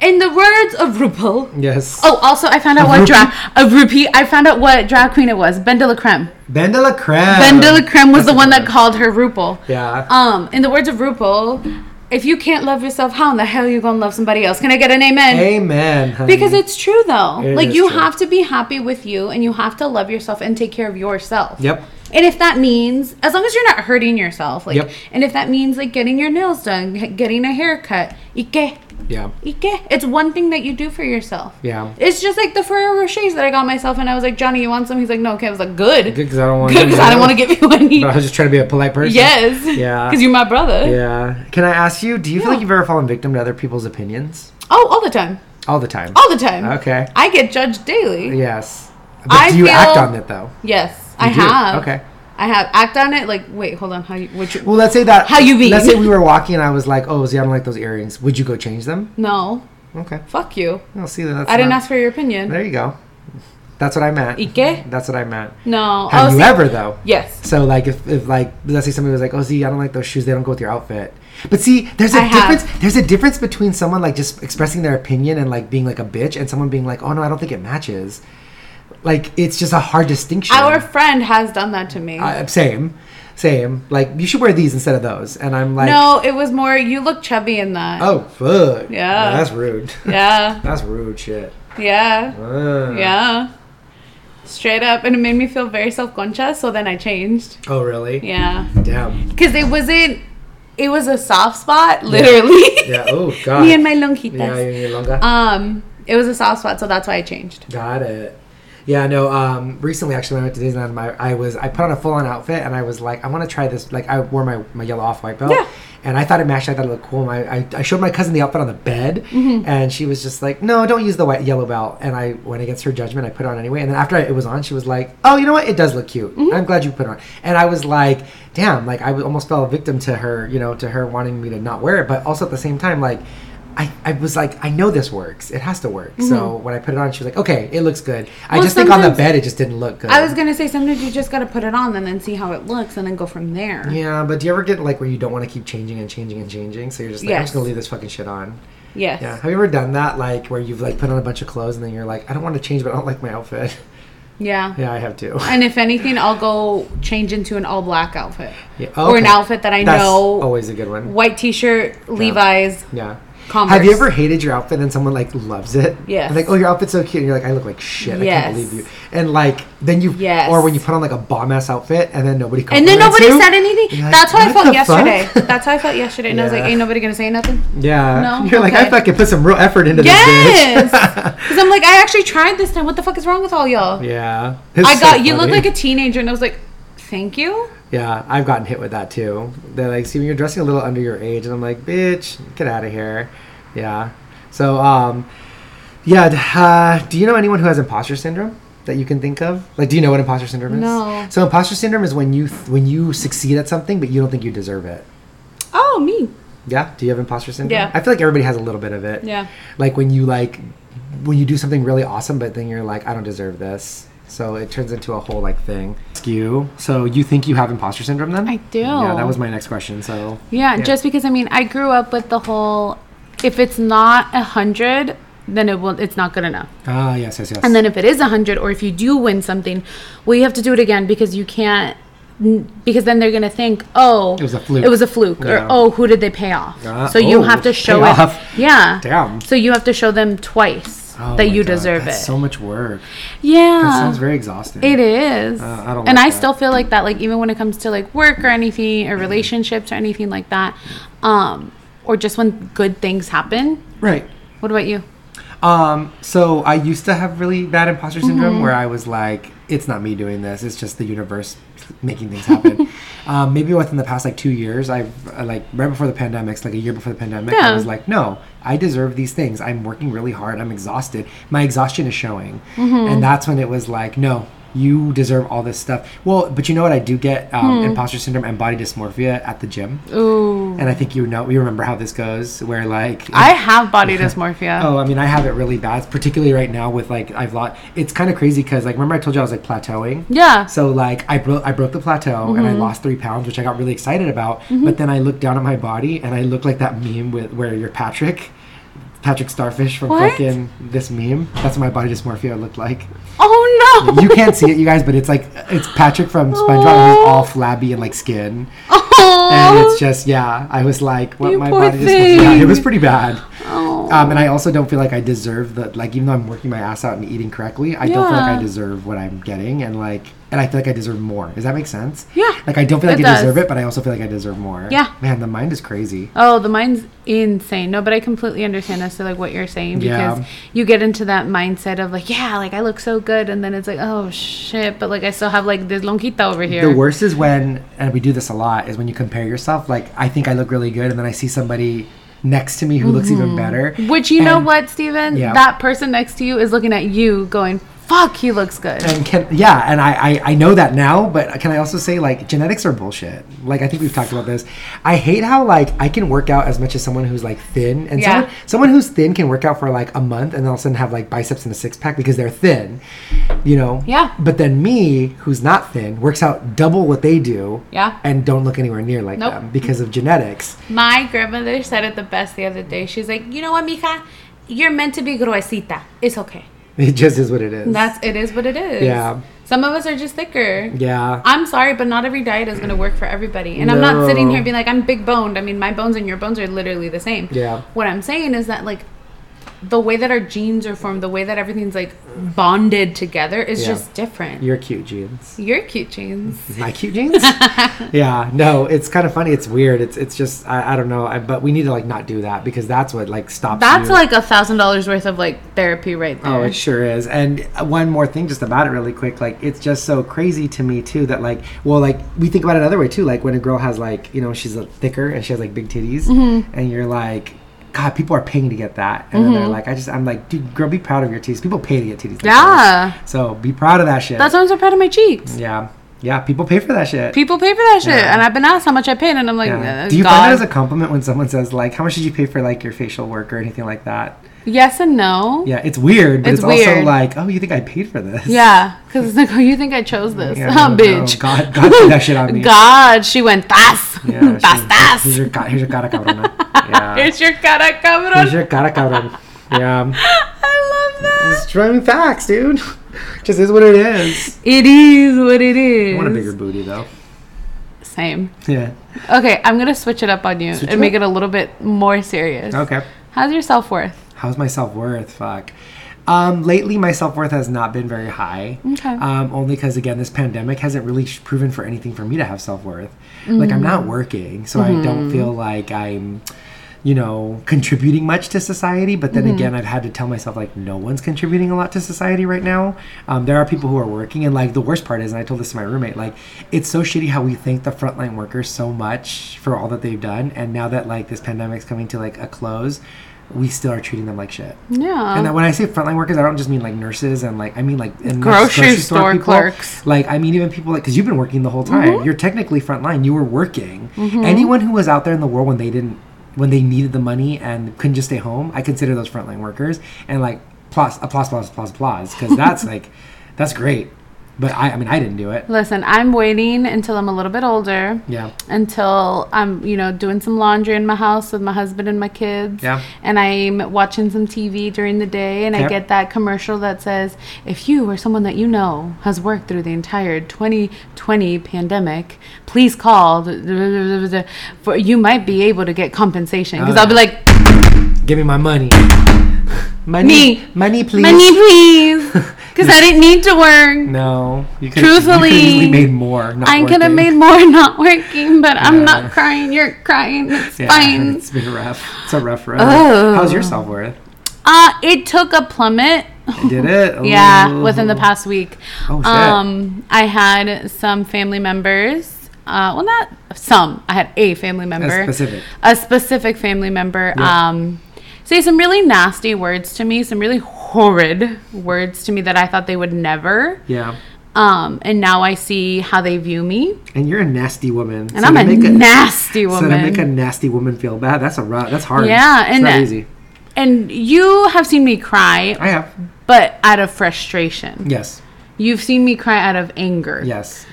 [SPEAKER 3] in the words of RuPaul.
[SPEAKER 1] yes.
[SPEAKER 3] Oh, also, I found out
[SPEAKER 1] <laughs>
[SPEAKER 3] what drag of repeat. I found out what drag queen it was. Ben de la Creme.
[SPEAKER 1] Ben de la Creme.
[SPEAKER 3] ben de la Creme was
[SPEAKER 1] Oh, that's
[SPEAKER 3] the
[SPEAKER 1] a
[SPEAKER 3] one
[SPEAKER 1] good
[SPEAKER 3] that called her RuPaul.
[SPEAKER 1] Yeah.
[SPEAKER 3] Um, in the words of RuPaul, if you can't love yourself, how in the hell you gonna love somebody else? Can I get an amen?
[SPEAKER 1] Amen. honey.
[SPEAKER 3] Because it's true though.
[SPEAKER 1] It
[SPEAKER 3] like
[SPEAKER 1] is
[SPEAKER 3] you
[SPEAKER 1] true.
[SPEAKER 3] have to be happy with you, and you have to love yourself and take care of yourself.
[SPEAKER 1] Yep.
[SPEAKER 3] And if that means, as long as you're not hurting yourself, like,
[SPEAKER 1] Yep.
[SPEAKER 3] and if that means like getting your nails done, h- getting a haircut, ike,
[SPEAKER 1] Yeah.
[SPEAKER 3] Ike. It's one thing that you do for yourself.
[SPEAKER 1] Yeah.
[SPEAKER 3] It's just like the Ferrero Rochers that I got myself, and I was like, Johnny, you want some? He's like, No, okay. I was like, Good.
[SPEAKER 1] Because I don't want
[SPEAKER 3] Good, because I don't want to give you
[SPEAKER 1] <laughs>
[SPEAKER 3] any.
[SPEAKER 1] I was just trying to be a polite person.
[SPEAKER 3] yes.
[SPEAKER 1] Yeah.
[SPEAKER 3] Because you're my brother.
[SPEAKER 1] Yeah. Can I ask you, do you feel
[SPEAKER 3] Yeah.
[SPEAKER 1] like you've ever fallen victim to other people's opinions?
[SPEAKER 3] Oh, all the time.
[SPEAKER 1] All the time.
[SPEAKER 3] All the time.
[SPEAKER 1] Okay.
[SPEAKER 3] I get judged daily.
[SPEAKER 1] Yes. But
[SPEAKER 3] I
[SPEAKER 1] do you act
[SPEAKER 3] feel-
[SPEAKER 1] on it, though?
[SPEAKER 3] Yes, I
[SPEAKER 1] do?
[SPEAKER 3] have.
[SPEAKER 1] Okay.
[SPEAKER 3] I have act on it. Like, wait, hold on. How you? Which?
[SPEAKER 1] Well, let's say that.
[SPEAKER 3] How you be?
[SPEAKER 1] Let's say we were walking and I was like, oh, see, I don't like those earrings. Would you go change them?
[SPEAKER 3] No.
[SPEAKER 1] Okay.
[SPEAKER 3] Fuck you.
[SPEAKER 1] I'll see that. That's
[SPEAKER 3] I didn't
[SPEAKER 1] not-
[SPEAKER 3] ask for your opinion.
[SPEAKER 1] There you go. That's what I meant.
[SPEAKER 3] Ike?
[SPEAKER 1] That's what I meant.
[SPEAKER 3] No.
[SPEAKER 1] Have
[SPEAKER 3] Oh,
[SPEAKER 1] you
[SPEAKER 3] see-
[SPEAKER 1] ever, though?
[SPEAKER 3] Yes.
[SPEAKER 1] So, like, if, if, like, let's say somebody was like, oh, see, I don't like those shoes. They don't go with your outfit. But see, there's a
[SPEAKER 3] I have.
[SPEAKER 1] difference. There's a difference between someone, like, just expressing their opinion and, like, being, like, a bitch and someone being like, oh, no, I don't think it matches. Like, it's just a hard distinction.
[SPEAKER 3] Our friend has done that to me.
[SPEAKER 1] Uh, same. Same. Like, you should wear these instead of those. And I'm like,
[SPEAKER 3] no, it was more. You look chubby in that.
[SPEAKER 1] Oh fuck.
[SPEAKER 3] Yeah.
[SPEAKER 1] that's rude. <laughs>
[SPEAKER 3] Yeah.
[SPEAKER 1] that's rude shit.
[SPEAKER 3] Yeah.
[SPEAKER 1] Ugh.
[SPEAKER 3] Yeah. Straight up. And it made me feel very self conscious. So then I changed.
[SPEAKER 1] Oh really?
[SPEAKER 3] Yeah.
[SPEAKER 1] Damn.
[SPEAKER 3] Because it wasn't, it was a soft spot, literally.
[SPEAKER 1] Yeah. Oh god.
[SPEAKER 3] <laughs> me and my longitas.
[SPEAKER 1] Yeah, you need longer.
[SPEAKER 3] um, it was a soft spot. So that's why I changed.
[SPEAKER 1] Got it. Yeah, no. Um, recently, actually, when I went to Disneyland, my I was I put on a full on outfit and I was like, I want to try this. Like, I wore my, my yellow off white belt,
[SPEAKER 3] Yeah.
[SPEAKER 1] and I thought it matched. I thought it looked cool. My I, I showed my cousin the outfit on the bed, and she was just like, No, don't use the white yellow belt. And I went against her judgment. I put it on anyway. And then after I, it was on, she was like, Oh, you know what? It does look cute. I'm glad you put it on. And I was like, Damn, like I w- almost fell victim to her, you know, to her wanting me to not wear it, but also at the same time, like. I, I was like, I know this works. It has to work. So when I put it on, she was like, okay, it looks good. I
[SPEAKER 3] Mm-hmm. Well,
[SPEAKER 1] just think on the
[SPEAKER 3] sometimes-
[SPEAKER 1] bed it just didn't look good.
[SPEAKER 3] I was going to say sometimes you just got to put it on and then see how it looks and then go from there.
[SPEAKER 1] yeah, but do you ever get like where you don't want to keep changing and changing and changing? So you're just like, I'm
[SPEAKER 3] Yes.
[SPEAKER 1] just gonna leave this fucking shit on.
[SPEAKER 3] Yes.
[SPEAKER 1] Yeah. Have you ever done that? Like where you've like put on a bunch of clothes and then you're like, I don't want to change, but I don't like my outfit. <laughs>
[SPEAKER 3] Yeah.
[SPEAKER 1] yeah, I have too.
[SPEAKER 3] And if anything, I'll go change into an all black outfit.
[SPEAKER 1] Yeah,
[SPEAKER 3] Or an
[SPEAKER 1] okay.
[SPEAKER 3] outfit that I
[SPEAKER 1] That's
[SPEAKER 3] know
[SPEAKER 1] always a good one.
[SPEAKER 3] white t shirt, Levi's.
[SPEAKER 1] Yeah.
[SPEAKER 3] Converse.
[SPEAKER 1] Have you ever hated your outfit and someone like loves it?
[SPEAKER 3] Yes.
[SPEAKER 1] Like, oh, your outfit's so cute, and you're like, I look like shit. I
[SPEAKER 3] Yes.
[SPEAKER 1] can't believe you. And like, then you,
[SPEAKER 3] Yes.
[SPEAKER 1] or when you put on like a bomb ass outfit, and then nobody,
[SPEAKER 3] And then
[SPEAKER 1] compliments
[SPEAKER 3] nobody
[SPEAKER 1] you,
[SPEAKER 3] said anything.
[SPEAKER 1] you're like,
[SPEAKER 3] That's how I
[SPEAKER 1] "What
[SPEAKER 3] felt
[SPEAKER 1] the <laughs>
[SPEAKER 3] yesterday.
[SPEAKER 1] fuck?"
[SPEAKER 3] That's how I felt yesterday. And I was like,
[SPEAKER 1] Yeah.
[SPEAKER 3] ain't nobody gonna say nothing.
[SPEAKER 1] yeah.
[SPEAKER 3] No?
[SPEAKER 1] You're like,
[SPEAKER 3] Okay.
[SPEAKER 1] I fucking put some real effort into
[SPEAKER 3] Yes!
[SPEAKER 1] this. bitch." <laughs>
[SPEAKER 3] Because I'm like, I actually tried this time. What the fuck is wrong with all y'all?
[SPEAKER 1] yeah.
[SPEAKER 3] I
[SPEAKER 1] It's
[SPEAKER 3] got,
[SPEAKER 1] so
[SPEAKER 3] you look
[SPEAKER 1] funny.
[SPEAKER 3] like a teenager. And I was like, thank you.
[SPEAKER 1] Yeah, I've gotten hit with that too. They're like, "See, you're dressing a little under your age," and I'm like, "Bitch, get out of here." Yeah. So, um, yeah. d- Uh, do you know anyone who has imposter syndrome that you can think of? Like, do you know what imposter syndrome is?
[SPEAKER 2] No.
[SPEAKER 1] So, imposter syndrome is when you th- when you succeed at something but you don't think you deserve it.
[SPEAKER 2] Oh, me.
[SPEAKER 1] Yeah. Do you have imposter syndrome?
[SPEAKER 2] Yeah.
[SPEAKER 1] I feel like everybody has a little bit of it.
[SPEAKER 2] Yeah.
[SPEAKER 1] Like when you like when you do something really awesome, but then you're like, I don't deserve this. So it turns into a whole like thing. Skew. So you think you have imposter syndrome then?
[SPEAKER 3] I do.
[SPEAKER 1] Yeah, that was my next question. So
[SPEAKER 3] Yeah, just because I mean, I grew up with the whole if it's not a 100, then it will it's not good enough.
[SPEAKER 1] ah yes, yes, yes.
[SPEAKER 3] And then if it is a 100 or if you do win something, well you have to do it again because you can't n- because then they're going to think, "Oh, it
[SPEAKER 1] was a fluke.
[SPEAKER 3] It was a fluke."
[SPEAKER 1] Yeah.
[SPEAKER 3] Or, "Oh, who did they pay off?"
[SPEAKER 1] Ah,
[SPEAKER 3] so you
[SPEAKER 1] oh,
[SPEAKER 3] have to show
[SPEAKER 1] pay
[SPEAKER 3] it.
[SPEAKER 1] off.
[SPEAKER 3] Yeah.
[SPEAKER 1] Damn.
[SPEAKER 3] So you have to show them twice
[SPEAKER 1] Oh
[SPEAKER 3] that
[SPEAKER 1] my
[SPEAKER 3] you
[SPEAKER 1] God,
[SPEAKER 3] deserve
[SPEAKER 1] that's
[SPEAKER 3] it.
[SPEAKER 1] So much work.
[SPEAKER 3] yeah.
[SPEAKER 1] That sounds very exhausting.
[SPEAKER 3] It is.
[SPEAKER 1] Uh, I don't
[SPEAKER 3] and
[SPEAKER 1] like
[SPEAKER 3] I
[SPEAKER 1] that.
[SPEAKER 3] still feel like that, like even when it comes to like work or anything or relationships or anything like that. Um, or just when good things happen.
[SPEAKER 1] Right.
[SPEAKER 3] What about you?
[SPEAKER 1] Um, so I used to have really bad imposter syndrome
[SPEAKER 3] Mm-hmm.
[SPEAKER 1] where I was like, it's not me doing this, it's just the universe making things
[SPEAKER 3] <laughs>
[SPEAKER 1] happen. um, maybe within the past like two years, I've uh, like right before the pandemics, like a year before the pandemic, I
[SPEAKER 3] Yeah.
[SPEAKER 1] was like, no, I deserve these things. I'm working really hard, I'm exhausted. My exhaustion is showing.
[SPEAKER 3] Mm-hmm.
[SPEAKER 1] And that's when it was like, no. You deserve all this stuff. Well, but you know what? I do get um, imposter syndrome and body dysmorphia at the gym,
[SPEAKER 3] Mm-hmm. Ooh.
[SPEAKER 1] and I think you know you remember how this goes, where like
[SPEAKER 3] I have body dysmorphia.
[SPEAKER 1] <laughs> Oh, I mean, I have it really bad, particularly right now with like I've lot. It's kind of crazy because like remember I told you I was like plateauing.
[SPEAKER 3] Yeah. Mm-hmm.
[SPEAKER 1] So like I broke I broke the plateau and I lost three pounds, which I got really excited about. But then I looked down at my body and I looked like that meme with where you're Patrick, Patrick Starfish from
[SPEAKER 3] What?
[SPEAKER 1] fucking this meme. That's what my body dysmorphia looked like.
[SPEAKER 3] Oh no.
[SPEAKER 1] You can't see it, you guys, but it's like it's Patrick from
[SPEAKER 3] <laughs>
[SPEAKER 1] SpongeBob who's all flabby and like skin. And
[SPEAKER 3] oh.
[SPEAKER 1] it's just yeah, I was like, what
[SPEAKER 3] You
[SPEAKER 1] my
[SPEAKER 3] poor
[SPEAKER 1] body dysmorphia. Yeah, it
[SPEAKER 3] thing.
[SPEAKER 1] was pretty bad.
[SPEAKER 3] Oh.
[SPEAKER 1] Um, and I also don't feel like I deserve the like even though I'm working my ass out and eating correctly, I don't feel like
[SPEAKER 3] Yeah.
[SPEAKER 1] I deserve what I'm getting and like and I feel like I deserve more. Does that make sense?
[SPEAKER 3] Yeah.
[SPEAKER 1] Like I don't feel like
[SPEAKER 3] It
[SPEAKER 1] I deserve
[SPEAKER 3] does.
[SPEAKER 1] it, but I also feel like I deserve more.
[SPEAKER 3] Yeah.
[SPEAKER 1] Man, the mind is crazy.
[SPEAKER 3] Oh, the mind's insane. No, but I completely understand as to like what you're saying because
[SPEAKER 1] Yeah.
[SPEAKER 3] you get into that mindset of like, yeah, like I look so good, and then it's like, oh shit, but like I still have like this lonquita over here.
[SPEAKER 1] The worst is when, and we do this a lot, is when you compare yourself. Like I think I look really good, and then I see somebody next to me who looks
[SPEAKER 3] Mm-hmm.
[SPEAKER 1] even better.
[SPEAKER 3] Which you know
[SPEAKER 1] And-
[SPEAKER 3] what, Steven?
[SPEAKER 1] Yeah.
[SPEAKER 3] That person next to you is looking at you going, fuck, he looks good.
[SPEAKER 1] And can yeah, and I, I I know that now, but can I also say like genetics are bullshit? Like I think we've talked about this. I hate how like I can work out as much as someone who's like thin, and
[SPEAKER 3] Yeah.
[SPEAKER 1] someone someone who's thin can work out for like a month and all of a sudden have like biceps and a six pack because they're thin, you know.
[SPEAKER 3] Yeah.
[SPEAKER 1] But then me, who's not thin, works out double what they do.
[SPEAKER 3] Yeah.
[SPEAKER 1] And don't look anywhere near like
[SPEAKER 3] Nope.
[SPEAKER 1] them because of genetics. <laughs>
[SPEAKER 2] My grandmother said it the best the other day. She's like, you know what, mija? You're meant to be gruesita. It's okay.
[SPEAKER 1] It just is what it is.
[SPEAKER 2] That's it is what it is.
[SPEAKER 1] Yeah.
[SPEAKER 2] Some of us are just thicker.
[SPEAKER 1] yeah.
[SPEAKER 2] I'm sorry, but not every diet is going to work for everybody. And I'm
[SPEAKER 1] No.
[SPEAKER 2] not sitting here being like, I'm big boned. I mean, my bones and your bones are literally the same.
[SPEAKER 1] Yeah.
[SPEAKER 2] What I'm saying is that, like, the way that our genes are formed, the way that everything's, like, bonded together is
[SPEAKER 1] Yeah.
[SPEAKER 2] just different. You're,
[SPEAKER 1] You're cute, jeans.
[SPEAKER 2] cute genes.
[SPEAKER 1] my cute
[SPEAKER 3] <laughs>
[SPEAKER 1] jeans yeah no it's kind of funny it's weird it's it's just i, I don't know I, but we need to like not do that because that's what like stops
[SPEAKER 3] That's
[SPEAKER 1] you.
[SPEAKER 3] like a thousand dollars worth of like therapy right there.
[SPEAKER 1] Oh, it sure is. And one more thing just about it really quick, like it's just so crazy to me too that like well like we think about it another way too, like when a girl has like, you know, she's like, thicker and she has like big titties
[SPEAKER 3] Mm-hmm.
[SPEAKER 1] and you're like God, people are paying to get that, and then they're like, "I just, I'm like, dude, girl, be proud of your titties. People pay to get titties. like this.
[SPEAKER 3] Yeah.
[SPEAKER 1] So be proud of that shit.
[SPEAKER 3] That's why I'm so proud of my cheeks.
[SPEAKER 1] yeah, yeah. People pay for that shit.
[SPEAKER 3] People pay for that shit. And I've been asked how much I paid, and I'm like,
[SPEAKER 1] Yeah.
[SPEAKER 3] uh,
[SPEAKER 1] Do you
[SPEAKER 3] God.
[SPEAKER 1] find that as a compliment when someone says like, "How much did you pay for like your facial work or anything like that?"
[SPEAKER 3] yes and no.
[SPEAKER 1] Yeah, it's weird, but it's,
[SPEAKER 3] It's
[SPEAKER 1] also
[SPEAKER 3] weird.
[SPEAKER 1] like, "Oh, you think I paid for this?"
[SPEAKER 3] Yeah. Because it's like, oh, you think I chose this? <laughs>
[SPEAKER 1] Yeah,
[SPEAKER 3] huh,
[SPEAKER 1] no, no.
[SPEAKER 3] bitch.
[SPEAKER 1] God, God did that shit on me.
[SPEAKER 3] God, she went, das. <laughs>
[SPEAKER 1] Yeah,
[SPEAKER 3] das,
[SPEAKER 1] she-
[SPEAKER 3] das.
[SPEAKER 1] Here's your, ca- here's your cara cabrona.
[SPEAKER 3] <laughs>
[SPEAKER 1] Yeah.
[SPEAKER 3] Here's your cara, cabrón.
[SPEAKER 1] Here's your cara cabrona. Yeah.
[SPEAKER 3] <gasps> I love that.
[SPEAKER 1] It's driving facts, dude. <laughs> Just is what it is.
[SPEAKER 3] It is what it is.
[SPEAKER 1] I want a bigger booty though.
[SPEAKER 3] Same.
[SPEAKER 1] Yeah.
[SPEAKER 3] Okay, I'm gonna switch it up on you
[SPEAKER 1] Switch it
[SPEAKER 3] and make
[SPEAKER 1] up?
[SPEAKER 3] it a little bit more serious.
[SPEAKER 1] Okay.
[SPEAKER 3] How's your self worth?
[SPEAKER 1] How's my self worth? Fuck. Um, lately, my self worth has not been very high.
[SPEAKER 3] Okay.
[SPEAKER 1] Um, only because again, this pandemic hasn't really sh- proven for anything for me to have self worth. Like I'm not working, so I don't feel like I'm you know, contributing much to society. But then again, I've had to tell myself, like, no one's contributing a lot to society right now. Um, there are people who are working. And, like, the worst part is, and I told this to my roommate, like, it's so shitty how we thank the frontline workers so much for all that they've done. And now that, like, this pandemic's coming to, like, a close, we still are treating them like shit.
[SPEAKER 2] Yeah.
[SPEAKER 3] Oh.
[SPEAKER 1] And when I say frontline workers, I don't just mean like nurses and like I mean like and
[SPEAKER 3] Grocery store
[SPEAKER 1] people.
[SPEAKER 3] clerks. Mm-hmm.
[SPEAKER 1] Like I mean even people like because you've been working the whole time. You're technically frontline. You were working. Anyone who was out there in the world when they didn't when they needed the money and couldn't just stay home, I consider those frontline workers. And like plus applause, applause, applause, applause, because that's like <laughs> that's great. But I, I mean, I didn't do it.
[SPEAKER 3] Listen, I'm waiting until I'm a little bit older.
[SPEAKER 1] Yeah.
[SPEAKER 3] Until I'm, you know, doing some laundry in my house with my husband and my kids.
[SPEAKER 1] Yeah.
[SPEAKER 3] And I'm watching some TV during the day and I
[SPEAKER 1] Yep.
[SPEAKER 3] get that commercial that says, if you or someone that you know has worked through the entire 2020 pandemic, please call. For, you might be able to get compensation. Because
[SPEAKER 1] Oh,
[SPEAKER 3] I'll be
[SPEAKER 1] yeah.
[SPEAKER 3] like,
[SPEAKER 1] Give me my money. Money,
[SPEAKER 3] Me.
[SPEAKER 1] money, please.
[SPEAKER 3] money,
[SPEAKER 1] <laughs>
[SPEAKER 3] please. Because I didn't need to work.
[SPEAKER 1] No, you could.
[SPEAKER 3] Truthfully,
[SPEAKER 1] you could easily made more. Not
[SPEAKER 3] I could have
[SPEAKER 1] working.
[SPEAKER 3] made more not working, but I'm
[SPEAKER 1] Yeah.
[SPEAKER 3] not crying. You're crying. It's
[SPEAKER 1] Yeah, <laughs>
[SPEAKER 3] fine.
[SPEAKER 1] It's been rough. It's a rough road.
[SPEAKER 3] Oh.
[SPEAKER 1] How's your self worth?
[SPEAKER 3] Uh, it took a plummet. <laughs>
[SPEAKER 1] Did it?
[SPEAKER 3] Yeah,
[SPEAKER 1] Ooh.
[SPEAKER 3] within the past week.
[SPEAKER 1] Oh, shit.
[SPEAKER 3] Um, I had some family members. Uh, well, not some. I had a family member.
[SPEAKER 1] specific.
[SPEAKER 3] A specific family member.
[SPEAKER 1] Yeah.
[SPEAKER 3] Um, say some really nasty words to me. Some really horrid words to me that I thought they would never.
[SPEAKER 1] Yeah.
[SPEAKER 3] Um, and now I see how they view me,
[SPEAKER 1] And you're a nasty woman.
[SPEAKER 3] and I'm a nasty
[SPEAKER 1] So
[SPEAKER 3] woman.
[SPEAKER 1] to make a nasty woman feel bad, that's a rough. That's hard.
[SPEAKER 3] Yeah,
[SPEAKER 1] it's
[SPEAKER 3] and
[SPEAKER 1] not
[SPEAKER 3] that-
[SPEAKER 1] easy.
[SPEAKER 3] And you have seen me cry,
[SPEAKER 1] I have.
[SPEAKER 3] but out of frustration.
[SPEAKER 1] Yes.
[SPEAKER 3] You've seen me cry out of anger.
[SPEAKER 1] Yes.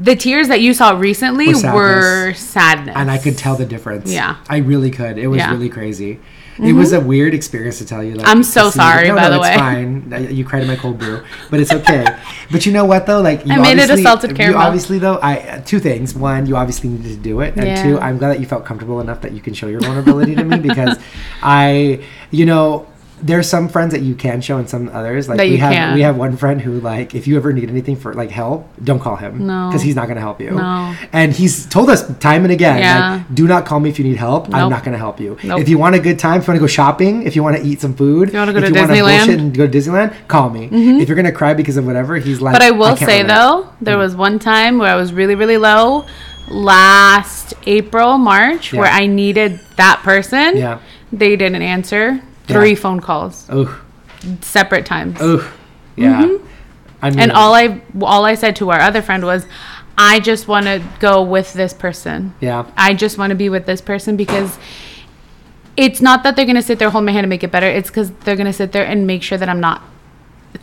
[SPEAKER 3] The tears that you saw recently
[SPEAKER 1] Were
[SPEAKER 3] were
[SPEAKER 1] sadness.
[SPEAKER 3] sadness.
[SPEAKER 1] And I could tell the difference.
[SPEAKER 3] Yeah.
[SPEAKER 1] I really could. It was
[SPEAKER 3] Yeah. Mm-hmm.
[SPEAKER 1] really crazy. It was a weird experience to tell you. Like,
[SPEAKER 3] I'm so
[SPEAKER 1] to see-
[SPEAKER 3] sorry,
[SPEAKER 1] No,
[SPEAKER 3] by
[SPEAKER 1] no,
[SPEAKER 3] the
[SPEAKER 1] it's
[SPEAKER 3] way.
[SPEAKER 1] fine. I- You cried in my cold brew, but it's
[SPEAKER 3] <laughs>
[SPEAKER 1] okay. but you know what though? Like you
[SPEAKER 3] I made it
[SPEAKER 1] obviously-
[SPEAKER 3] a salted caramel.
[SPEAKER 1] You obviously though, I two things. One, you obviously needed to do it, and
[SPEAKER 3] Yeah.
[SPEAKER 1] two, I'm glad that you felt comfortable enough that you can show your vulnerability to
[SPEAKER 3] <laughs>
[SPEAKER 1] me because I, you know. There's some friends that you can show and some others. Like
[SPEAKER 3] That
[SPEAKER 1] we
[SPEAKER 3] you
[SPEAKER 1] have
[SPEAKER 3] can't.
[SPEAKER 1] we have one friend who like if you ever need anything for like help, don't call him.
[SPEAKER 3] No.
[SPEAKER 1] Because he's not gonna help you.
[SPEAKER 3] No.
[SPEAKER 1] And he's told us time and again,
[SPEAKER 3] Yeah.
[SPEAKER 1] like, do not call me if you need help. I'm
[SPEAKER 3] Nope.
[SPEAKER 1] not going to help you.
[SPEAKER 3] Nope.
[SPEAKER 1] If you want a good time, if you want to go shopping, if you want to eat some food, if
[SPEAKER 3] you wanna go to
[SPEAKER 1] wanna
[SPEAKER 3] Disneyland. Mm-hmm.
[SPEAKER 1] bullshit and go to Disneyland, call me. If you're going to cry because of whatever, he's like.
[SPEAKER 3] But I will
[SPEAKER 1] can't
[SPEAKER 3] say
[SPEAKER 1] relate." Mm.
[SPEAKER 3] though, there was one time where I was really, really low last April, March, where
[SPEAKER 1] Yeah.
[SPEAKER 3] I needed that person.
[SPEAKER 1] Yeah.
[SPEAKER 3] They didn't answer. Three phone calls,
[SPEAKER 1] Ooh,
[SPEAKER 3] separate times.
[SPEAKER 1] ooh, yeah. I mean,
[SPEAKER 3] Mm-hmm. And all I all I said to our other friend was, I just want to go with this person.
[SPEAKER 1] Yeah.
[SPEAKER 3] I just want to be with this person because it's not that they're going to sit there hold my hand and make it better. It's because they're going to sit there and make sure that I'm not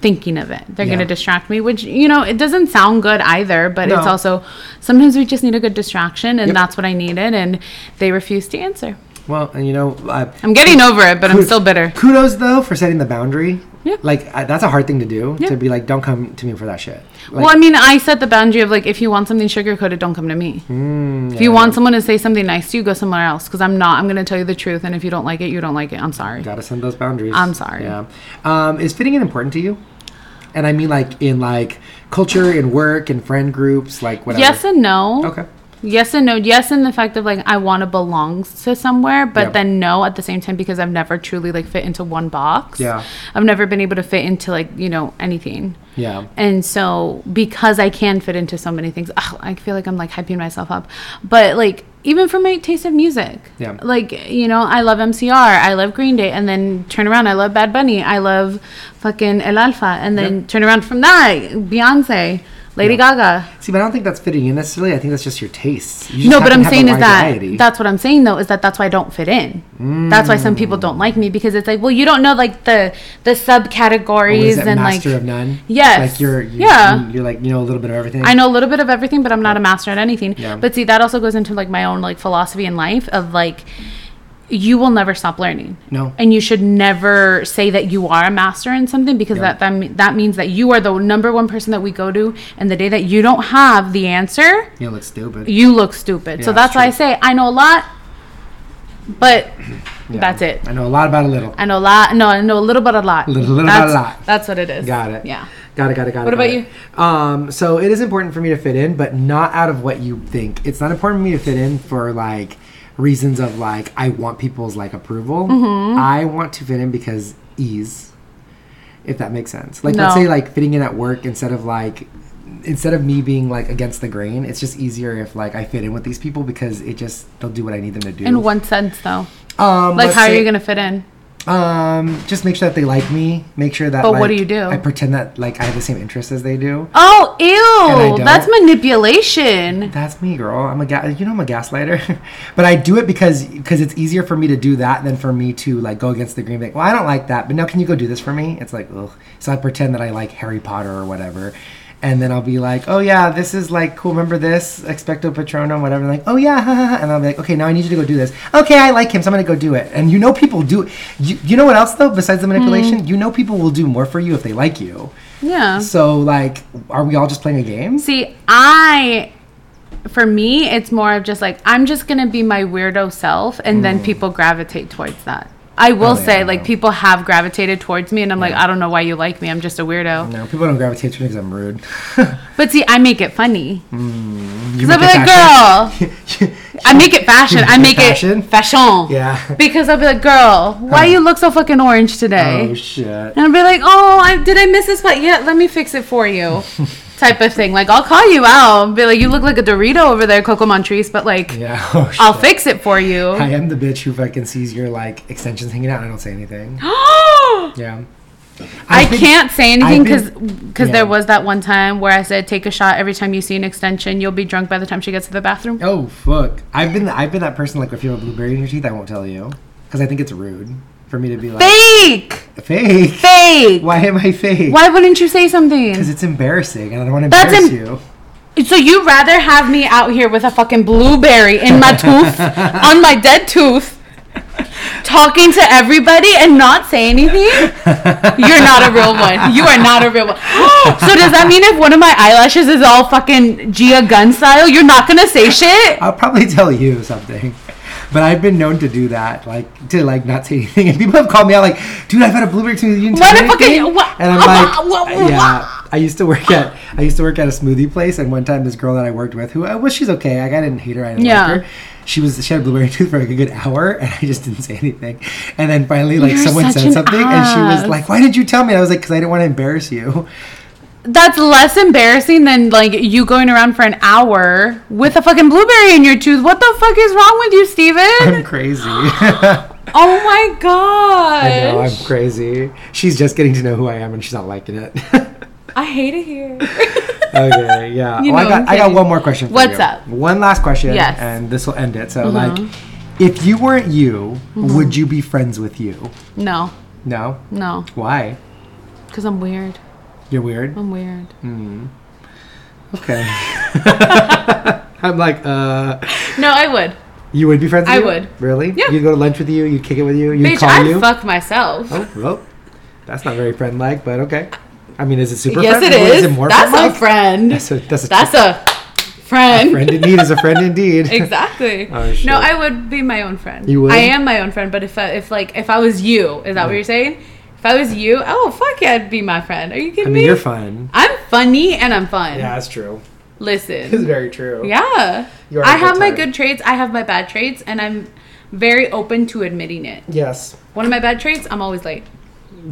[SPEAKER 3] thinking of it. They're
[SPEAKER 1] Yeah.
[SPEAKER 3] going to distract me, which you know it doesn't sound good either. But it's
[SPEAKER 1] No.
[SPEAKER 3] also sometimes we just need a good distraction, and
[SPEAKER 1] Yep.
[SPEAKER 3] that's what I needed. And they refused to answer.
[SPEAKER 1] well, and you know, I,
[SPEAKER 3] I'm getting over it, but I'm
[SPEAKER 1] Kud-
[SPEAKER 3] still bitter.
[SPEAKER 1] Kudos though for setting the boundary.
[SPEAKER 3] Yeah.
[SPEAKER 1] Like I, that's a hard thing to do.
[SPEAKER 3] Yeah.
[SPEAKER 1] To be like, don't come to me for that shit. Like,
[SPEAKER 3] well, I mean, I set the boundary of like, if you want something sugar coated, don't come to me.
[SPEAKER 1] Hmm,
[SPEAKER 3] if you want someone to say something nice to you, go somewhere else. Because I'm not. I'm gonna tell you the truth, and if you don't like it, you don't like it. I'm sorry.
[SPEAKER 1] Gotta send those boundaries.
[SPEAKER 3] I'm sorry.
[SPEAKER 1] Yeah. Um, is fitting in important to you? And I mean, like in like culture, in work, in friend groups, like whatever.
[SPEAKER 3] Yes and no.
[SPEAKER 1] Okay.
[SPEAKER 3] Yes and no. Yes in the fact of like I want to belong to somewhere, but
[SPEAKER 1] Yeah.
[SPEAKER 3] then no at the same time because I've never truly like fit into one box.
[SPEAKER 1] Yeah.
[SPEAKER 3] I've never been able to fit into like you know anything.
[SPEAKER 1] Yeah.
[SPEAKER 3] And so because I can fit into so many things, ugh, I feel like I'm like hyping myself up. But like even for my taste of music,
[SPEAKER 1] Yeah.
[SPEAKER 3] like you know, I love MCR, I love Green Day, and then turn around, I love Bad Bunny, I love fucking El Alfa, and then turn around from that, Beyonce, Lady Gaga.
[SPEAKER 1] See, but I don't think that's fitting in necessarily. I think that's just your tastes. You just
[SPEAKER 3] No,
[SPEAKER 1] happen
[SPEAKER 3] but
[SPEAKER 1] to
[SPEAKER 3] I'm
[SPEAKER 1] have a
[SPEAKER 3] saying is
[SPEAKER 1] wide
[SPEAKER 3] that
[SPEAKER 1] variety.
[SPEAKER 3] that's what I'm saying though is that that's why I don't fit in. That's why some people don't like me because it's like, well, you don't know like the the
[SPEAKER 1] Or
[SPEAKER 3] subcategories
[SPEAKER 1] is it
[SPEAKER 3] and
[SPEAKER 1] master
[SPEAKER 3] like
[SPEAKER 1] of none.
[SPEAKER 3] Yes.
[SPEAKER 1] Like you're, you
[SPEAKER 3] Yeah.
[SPEAKER 1] you- you're like you know a little bit of everything.
[SPEAKER 3] I know a little bit of everything, but I'm not a master at anything.
[SPEAKER 1] Yeah.
[SPEAKER 3] But see, that also goes into like my own like philosophy in life of like you will never stop learning.
[SPEAKER 1] No.
[SPEAKER 3] And you should never say that you are a master in something because
[SPEAKER 1] Yeah.
[SPEAKER 3] that, that me- that means that you are the number one person that we go to and the day that you don't have the answer,
[SPEAKER 1] You look stupid.
[SPEAKER 3] you look stupid. so
[SPEAKER 1] Yeah, that's
[SPEAKER 3] that's why I
[SPEAKER 1] true.
[SPEAKER 3] say I know a lot, but
[SPEAKER 1] <clears throat> Yeah.
[SPEAKER 3] that's it.
[SPEAKER 1] I know a lot about a little.
[SPEAKER 3] I know a lot. No, I know a little but a lot.
[SPEAKER 1] Little- little but a
[SPEAKER 3] that's,
[SPEAKER 1] lot.
[SPEAKER 3] That's what it is.
[SPEAKER 1] Got it.
[SPEAKER 3] Yeah.
[SPEAKER 1] Got it. Got it. Got it.
[SPEAKER 3] What
[SPEAKER 1] got
[SPEAKER 3] about
[SPEAKER 1] it. Um, so it is important for me to fit in, but not out of what you think. It's not important for me to fit in for like reasons of like I want people's like approval.
[SPEAKER 3] Mm-hmm.
[SPEAKER 1] I want to fit in because ease, if that makes sense. Like let's
[SPEAKER 3] No.
[SPEAKER 1] say like fitting in at work instead of like instead of me being like against the grain, it's just easier if like I fit in with these people because it just they'll do what I need them to do.
[SPEAKER 3] In one sense, though.
[SPEAKER 1] um,
[SPEAKER 3] Like,
[SPEAKER 1] let's
[SPEAKER 3] how are
[SPEAKER 1] say-
[SPEAKER 3] you going to fit in?
[SPEAKER 1] um, just make sure that they like me. Make sure that.
[SPEAKER 3] But what
[SPEAKER 1] like,
[SPEAKER 3] do you do?
[SPEAKER 1] I pretend that like I have the same interests as they do.
[SPEAKER 3] Oh,
[SPEAKER 1] I
[SPEAKER 3] ew.
[SPEAKER 1] don't.
[SPEAKER 3] That's manipulation.
[SPEAKER 1] That's me, girl. I'm a ga- you know I'm a gaslighter, <laughs> but I do it because because it's easier for me to do that than for me to like go against the green. Like, well, I don't like that, but now can you go do this for me? It's like ugh. So I pretend that I like Harry Potter or whatever, and then I'll be like, oh yeah, this is like cool. Remember this Expecto Patronum, whatever. Like, oh yeah, <laughs> ha, ha, ha. and I'll be like, okay, now I need you to go do this. Okay, I like him, so I'm gonna go do it. And you know people do. You, you know what else though? Besides the manipulation, you know people will do more for you if they like you.
[SPEAKER 3] Yeah.
[SPEAKER 1] So like, are we all just playing a game?
[SPEAKER 3] See, I, for me, it's more of just like, I'm just going to be my weirdo self, and then people gravitate towards that. I will
[SPEAKER 1] Mm. Oh, yeah,
[SPEAKER 3] say,
[SPEAKER 1] I
[SPEAKER 3] like,
[SPEAKER 1] know.
[SPEAKER 3] people have gravitated towards me, and I'm like, I don't know why you like me. I'm just a weirdo.
[SPEAKER 1] No, people don't gravitate to me because I'm rude. <laughs>
[SPEAKER 3] But see, I make it funny.
[SPEAKER 1] You
[SPEAKER 3] I'll be
[SPEAKER 1] make it
[SPEAKER 3] like,
[SPEAKER 1] fashion.
[SPEAKER 3] girl, I make it fashion. I make
[SPEAKER 1] Fashion?
[SPEAKER 3] it fashion.
[SPEAKER 1] Yeah.
[SPEAKER 3] Because I'll be like, girl, why you look so fucking orange today?
[SPEAKER 1] <laughs> oh shit.
[SPEAKER 3] and I'll be like, oh, I, did I miss this? But yeah, let me fix it
[SPEAKER 1] <laughs>
[SPEAKER 3] for you. type of thing. Like, I'll call you out and be like, you look like a Dorito over there, Coco Montrese, but like,
[SPEAKER 1] Yeah. <laughs> Oh, shit.
[SPEAKER 3] I'll fix it for you. <gasps>
[SPEAKER 1] I am the bitch who fucking sees your like extensions hanging out and I don't say anything. Yeah.
[SPEAKER 3] I
[SPEAKER 1] think-
[SPEAKER 3] can't say anything
[SPEAKER 1] I've
[SPEAKER 3] because
[SPEAKER 1] been- yeah.
[SPEAKER 3] there was that one time where I said, take a shot every time you see an extension. You'll be drunk by the time she gets to the bathroom.
[SPEAKER 1] Oh fuck. I've been I've been that person like if you have a blueberry in your teeth, I won't tell you because I think it's rude for me to be like
[SPEAKER 3] Fake!
[SPEAKER 1] fake.
[SPEAKER 3] Fake!
[SPEAKER 1] Why am I fake?
[SPEAKER 3] Why wouldn't you say something?
[SPEAKER 1] Because it's embarrassing and I don't want to
[SPEAKER 3] That's
[SPEAKER 1] embarrass
[SPEAKER 3] em-
[SPEAKER 1] you.
[SPEAKER 3] So you would rather have me out here with a fucking blueberry
[SPEAKER 1] <laughs>
[SPEAKER 3] in my tooth, on my dead tooth, talking to everybody and not say anything? You're not a real one. You are not a real one. <gasps> so does that mean if one of my eyelashes is all fucking Gia Gun style, you're not gonna say shit?
[SPEAKER 1] I'll probably <laughs> tell you something. But I've been known to do that, like to like not say anything. And people have called me out, like, "Dude, I've had a blueberry tooth. You didn't tell me
[SPEAKER 3] Motherfucker,
[SPEAKER 1] anything."
[SPEAKER 3] what-
[SPEAKER 1] And I'm like,
[SPEAKER 3] <laughs> what- what- what-
[SPEAKER 1] "Yeah." I used to work at I used to work at a smoothie place, and one time this girl that I worked with, who I was, she's okay. Like, I didn't hate her. I didn't
[SPEAKER 3] Yeah.
[SPEAKER 1] like her. She was she had a blueberry <laughs> tooth for like a good hour, and I just didn't say anything. And then finally, like
[SPEAKER 3] You're
[SPEAKER 1] someone
[SPEAKER 3] such
[SPEAKER 1] said
[SPEAKER 3] an
[SPEAKER 1] something, and she was
[SPEAKER 3] ass.
[SPEAKER 1] like, "Why did you tell me?" And I was like, "Cause I didn't want to embarrass you." <laughs>
[SPEAKER 3] That's less embarrassing than like you going around for an hour with a fucking blueberry in your tooth. What the fuck is wrong with
[SPEAKER 1] <laughs>
[SPEAKER 3] you,
[SPEAKER 1] I'm
[SPEAKER 3] Steven?
[SPEAKER 1] crazy. I
[SPEAKER 3] Oh my god.
[SPEAKER 1] know I'm crazy. She's just getting to know who I am, and she's not liking it. <laughs>
[SPEAKER 3] I hate it here.
[SPEAKER 1] okay, yeah.
[SPEAKER 3] You
[SPEAKER 1] well, I
[SPEAKER 3] know
[SPEAKER 1] got
[SPEAKER 3] I'm
[SPEAKER 1] I got
[SPEAKER 3] kidding.
[SPEAKER 1] one more question. For
[SPEAKER 3] What's
[SPEAKER 1] you.
[SPEAKER 3] up?
[SPEAKER 1] One last question.
[SPEAKER 3] Yes. Mm-hmm.
[SPEAKER 1] And this will end it. So like, if you weren't you, would you be friends with you?
[SPEAKER 3] no,
[SPEAKER 1] No.
[SPEAKER 3] no,
[SPEAKER 1] Why?
[SPEAKER 3] because I'm weird.
[SPEAKER 1] You're weird.
[SPEAKER 3] I'm weird.
[SPEAKER 1] Mm.
[SPEAKER 3] Mm-hmm.
[SPEAKER 1] Okay. <laughs> I'm like, uh,
[SPEAKER 3] No, I would.
[SPEAKER 1] you would be friends. with
[SPEAKER 3] I
[SPEAKER 1] you?
[SPEAKER 3] would.
[SPEAKER 1] Really?
[SPEAKER 3] Yeah.
[SPEAKER 1] You'd go to lunch with you. You'd kick it with you. You'd
[SPEAKER 3] Bitch,
[SPEAKER 1] call
[SPEAKER 3] I'd
[SPEAKER 1] you.
[SPEAKER 3] fuck myself.
[SPEAKER 1] oh, well, that's not very friend-like, but okay. I mean, is it super?
[SPEAKER 3] yes,
[SPEAKER 1] friend-
[SPEAKER 3] it
[SPEAKER 1] or
[SPEAKER 3] is.
[SPEAKER 1] more
[SPEAKER 3] That's
[SPEAKER 1] friend-like?
[SPEAKER 3] a friend.
[SPEAKER 1] That's a that's a
[SPEAKER 3] That's a friend.
[SPEAKER 1] friend
[SPEAKER 3] <laughs>
[SPEAKER 1] indeed is a friend indeed.
[SPEAKER 3] exactly.
[SPEAKER 1] Oh, shit.
[SPEAKER 3] no, I would be my own friend.
[SPEAKER 1] You would? Mm.
[SPEAKER 3] I am my own friend. But if I, if like if I was you, is that what you're saying? If I was you, oh fuck yeah, I'd be my friend. Are you kidding
[SPEAKER 1] I mean,
[SPEAKER 3] me?
[SPEAKER 1] you're fun.
[SPEAKER 3] I'm funny and I'm fun.
[SPEAKER 1] Yeah, that's true. <laughs> It's
[SPEAKER 3] Listen.
[SPEAKER 1] very true.
[SPEAKER 3] Yeah.
[SPEAKER 1] You are a
[SPEAKER 3] I
[SPEAKER 1] good
[SPEAKER 3] have my
[SPEAKER 1] time.
[SPEAKER 3] good traits. I have my bad traits, and I'm very open to admitting it.
[SPEAKER 1] Yes.
[SPEAKER 3] One of my bad traits, I'm always late.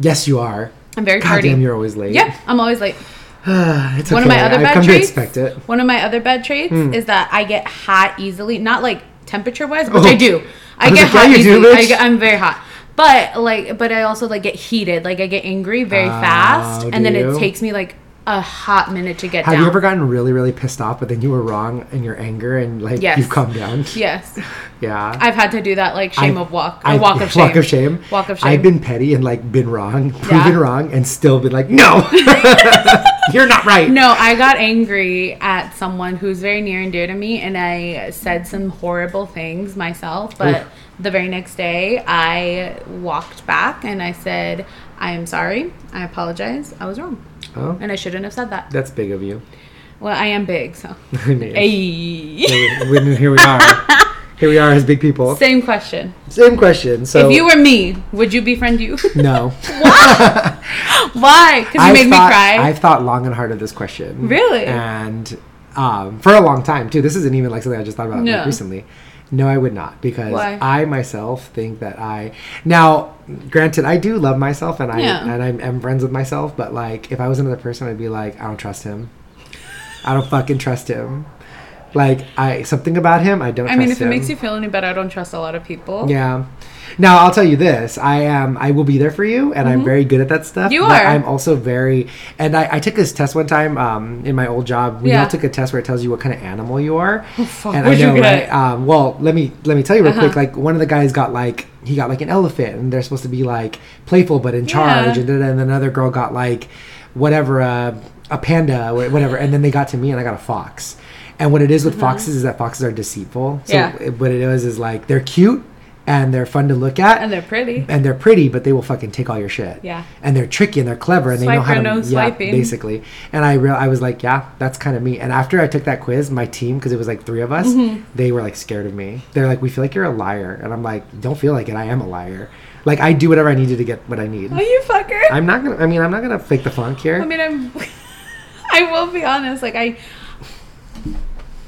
[SPEAKER 1] Yes, you are.
[SPEAKER 3] I'm very
[SPEAKER 1] God
[SPEAKER 3] tardy.
[SPEAKER 1] damn, you're always late.
[SPEAKER 3] Yep, I'm always late.
[SPEAKER 1] <sighs> it's
[SPEAKER 3] One of my other
[SPEAKER 1] I've
[SPEAKER 3] bad
[SPEAKER 1] come
[SPEAKER 3] traits.
[SPEAKER 1] to expect it. Hmm.
[SPEAKER 3] One of my other bad traits is that I get hot easily. Not like temperature wise, which I
[SPEAKER 1] Oh.
[SPEAKER 3] do.
[SPEAKER 1] I
[SPEAKER 3] I
[SPEAKER 1] was
[SPEAKER 3] get
[SPEAKER 1] like, yeah,
[SPEAKER 3] hot
[SPEAKER 1] you do,
[SPEAKER 3] easily. I
[SPEAKER 1] bitch.
[SPEAKER 3] get, I'm very hot. But like, but I also like get heated. Like I get angry very
[SPEAKER 1] Oh,
[SPEAKER 3] fast,
[SPEAKER 1] do
[SPEAKER 3] and then
[SPEAKER 1] you?
[SPEAKER 3] it takes me like a hot minute to get
[SPEAKER 1] Have
[SPEAKER 3] down.
[SPEAKER 1] you ever gotten really, really pissed off, but then you were wrong in your anger and like
[SPEAKER 3] Yes.
[SPEAKER 1] you've calmed
[SPEAKER 3] <laughs>
[SPEAKER 1] down?
[SPEAKER 3] yes,
[SPEAKER 1] Yeah.
[SPEAKER 3] I've had to do that like shame
[SPEAKER 1] I-
[SPEAKER 3] of walk,
[SPEAKER 1] I-
[SPEAKER 3] a walk of
[SPEAKER 1] <laughs>
[SPEAKER 3] shame,
[SPEAKER 1] Walk of shame.
[SPEAKER 3] walk of
[SPEAKER 1] I've
[SPEAKER 3] shame.
[SPEAKER 1] been petty and like been wrong, proven
[SPEAKER 3] Yeah.
[SPEAKER 1] wrong, and still been like,
[SPEAKER 3] <laughs>
[SPEAKER 1] no, <laughs> you're not right.
[SPEAKER 3] No, I got angry at someone who's very near and dear to me, and I said some horrible things myself. But
[SPEAKER 1] Oof.
[SPEAKER 3] the very next day, I walked back and I said, I am sorry. I apologize. I was wrong.
[SPEAKER 1] Oh,
[SPEAKER 3] And I shouldn't have said that.
[SPEAKER 1] that's big of you. <laughs>
[SPEAKER 3] Well, I am big, so.
[SPEAKER 1] I mean,
[SPEAKER 3] Ayy.
[SPEAKER 1] here we- here we are. Here we are as big people.
[SPEAKER 3] <laughs> Same question.
[SPEAKER 1] Same question. So
[SPEAKER 3] If you were me, would you befriend you? <laughs>
[SPEAKER 1] no,
[SPEAKER 3] Why? Because you make
[SPEAKER 1] thought,
[SPEAKER 3] me cry.
[SPEAKER 1] I've thought long and hard of this question.
[SPEAKER 3] Really?
[SPEAKER 1] And um, for a long time too. This isn't even like something I just thought about like,
[SPEAKER 3] No.
[SPEAKER 1] recently. No, I would not because
[SPEAKER 2] Why?
[SPEAKER 1] I myself think that I now granted I do love myself and I
[SPEAKER 2] Yeah.
[SPEAKER 1] and I'm, am friends with myself, but like if I was another person I'd be like, I don't trust him. I don't fucking trust him. Like I something about him I don't
[SPEAKER 3] I
[SPEAKER 1] trust
[SPEAKER 3] mean, if it
[SPEAKER 1] him.
[SPEAKER 3] makes you feel any better, I don't trust a lot of people.
[SPEAKER 1] Yeah. Now I'll tell you this: I am. I will be there for you, and I'm very good at that stuff.
[SPEAKER 3] Mm-hmm. You
[SPEAKER 1] but
[SPEAKER 3] are.
[SPEAKER 1] I'm also very. And I, I took this test one time um, in my old job. We
[SPEAKER 3] Yeah.
[SPEAKER 1] all took a test where it tells you what kind of animal you are. Oh,
[SPEAKER 3] fuck.
[SPEAKER 1] And
[SPEAKER 3] What'd you get? Uh-huh.
[SPEAKER 1] Um, well, let me let me tell you real quick. Like one of the guys got like he got like an elephant, and they're supposed to be like playful but in charge, and then and another girl got like whatever uh, a panda, wh- whatever, and then they got to me, and I got a fox. And what it is with foxes is that foxes are deceitful. So
[SPEAKER 3] Uh-huh. Yeah.
[SPEAKER 1] it- what it is is like they're cute and they're fun to look at
[SPEAKER 3] And they're pretty. <laughs>
[SPEAKER 1] and they're pretty, but they will fucking take all your shit.
[SPEAKER 3] Yeah.
[SPEAKER 1] And they're tricky and they're clever and they know
[SPEAKER 3] Swiper,
[SPEAKER 1] how to
[SPEAKER 3] no
[SPEAKER 1] yeah,
[SPEAKER 3] swiping.
[SPEAKER 1] basically. And I real I was like, yeah, that's kind of me. And after I took that quiz, my team because it was like three of us,
[SPEAKER 3] Mm-hmm.
[SPEAKER 1] they were like scared of me. They're like, we feel like you're a liar, and I'm like, don't feel like it. I am a liar. Like I do whatever I need to to get what I need.
[SPEAKER 3] Oh, you fucker. i
[SPEAKER 1] I'm not gonna. I mean, I'm not gonna fake the funk here.
[SPEAKER 3] mean, I'm. <laughs> I will be honest. Like I,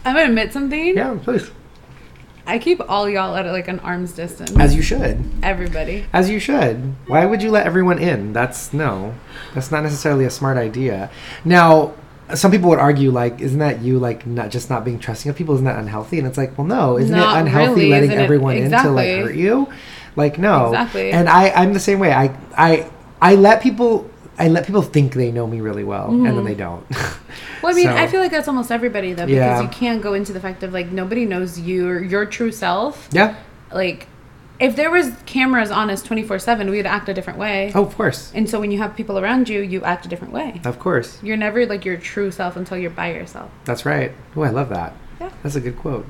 [SPEAKER 3] I'm gonna admit something.
[SPEAKER 1] yeah, please.
[SPEAKER 3] I keep all y'all at like an arm's distance.
[SPEAKER 1] As you should.
[SPEAKER 3] Everybody.
[SPEAKER 1] As you should. Why would you let everyone in? That's no. That's not necessarily a smart idea. Now, some people would argue, like, isn't that you, like, not just not being trusting of people? Isn't that unhealthy? And it's like, well, no. Isn't
[SPEAKER 3] Not
[SPEAKER 1] it unhealthy
[SPEAKER 3] really,
[SPEAKER 1] letting
[SPEAKER 3] isn't it?
[SPEAKER 1] everyone in to
[SPEAKER 3] Exactly.
[SPEAKER 1] like hurt you? Like, no.
[SPEAKER 3] Exactly.
[SPEAKER 1] And I, I'm the same way. I, I, I let people. I let people think they know me really well, and then they don't.
[SPEAKER 3] Mm-hmm. Well, I
[SPEAKER 1] <laughs>
[SPEAKER 3] mean,
[SPEAKER 1] So-
[SPEAKER 3] I feel like that's almost everybody though, because
[SPEAKER 1] Yeah.
[SPEAKER 3] you can't go into the fact of like nobody knows you or your true self.
[SPEAKER 1] yeah.
[SPEAKER 3] Like, if there was cameras on us twenty four seven, we'd act a different way.
[SPEAKER 1] Oh, of course.
[SPEAKER 3] And so when you have people around you, you act a different way.
[SPEAKER 1] Of course.
[SPEAKER 3] You're never like your true self until you're by yourself.
[SPEAKER 1] That's right. Oh, I love that.
[SPEAKER 3] Yeah.
[SPEAKER 1] That's a good quote.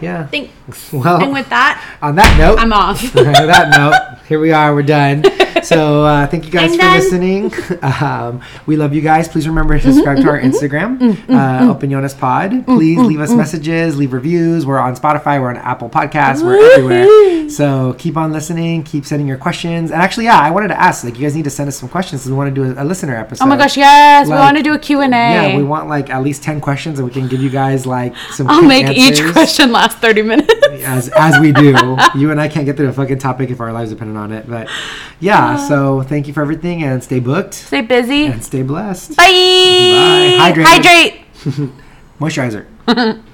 [SPEAKER 1] Yeah.
[SPEAKER 3] Think.
[SPEAKER 1] well,
[SPEAKER 3] And with that,
[SPEAKER 1] on that note,
[SPEAKER 3] I'm off.
[SPEAKER 1] <laughs> on that note, here we are. We're done. So uh, thank you guys
[SPEAKER 2] I'm
[SPEAKER 1] for
[SPEAKER 2] done.
[SPEAKER 1] listening. <laughs> Um, we love you guys. Please remember
[SPEAKER 3] Mm-hmm,
[SPEAKER 1] to subscribe to our Instagram,
[SPEAKER 3] Mm,
[SPEAKER 1] uh, Open Jonas Pod. Please leave us messages, leave reviews. We're on Spotify. We're on Apple Podcasts. We're everywhere. So keep on listening. Keep sending your questions. And actually, yeah, I wanted to ask. Like, you guys need to send us some questions. 'cause We want to do a, a listener episode.
[SPEAKER 3] oh my gosh, yes, we
[SPEAKER 1] like-
[SPEAKER 3] want to do a Q and A.
[SPEAKER 1] Yeah, we want like at least ten questions, and we can give you guys like some.
[SPEAKER 3] I'll
[SPEAKER 1] quick
[SPEAKER 3] make each
[SPEAKER 1] answers
[SPEAKER 3] question last thirty minutes.
[SPEAKER 1] as as we do. you and I can't get through a fucking topic if our lives depended on it. But yeah, so thank you for everything and stay booked
[SPEAKER 3] Stay busy.
[SPEAKER 1] and stay blessed.
[SPEAKER 3] Bye.
[SPEAKER 1] Hydrate.
[SPEAKER 3] Hydrate.
[SPEAKER 1] Moisturizer.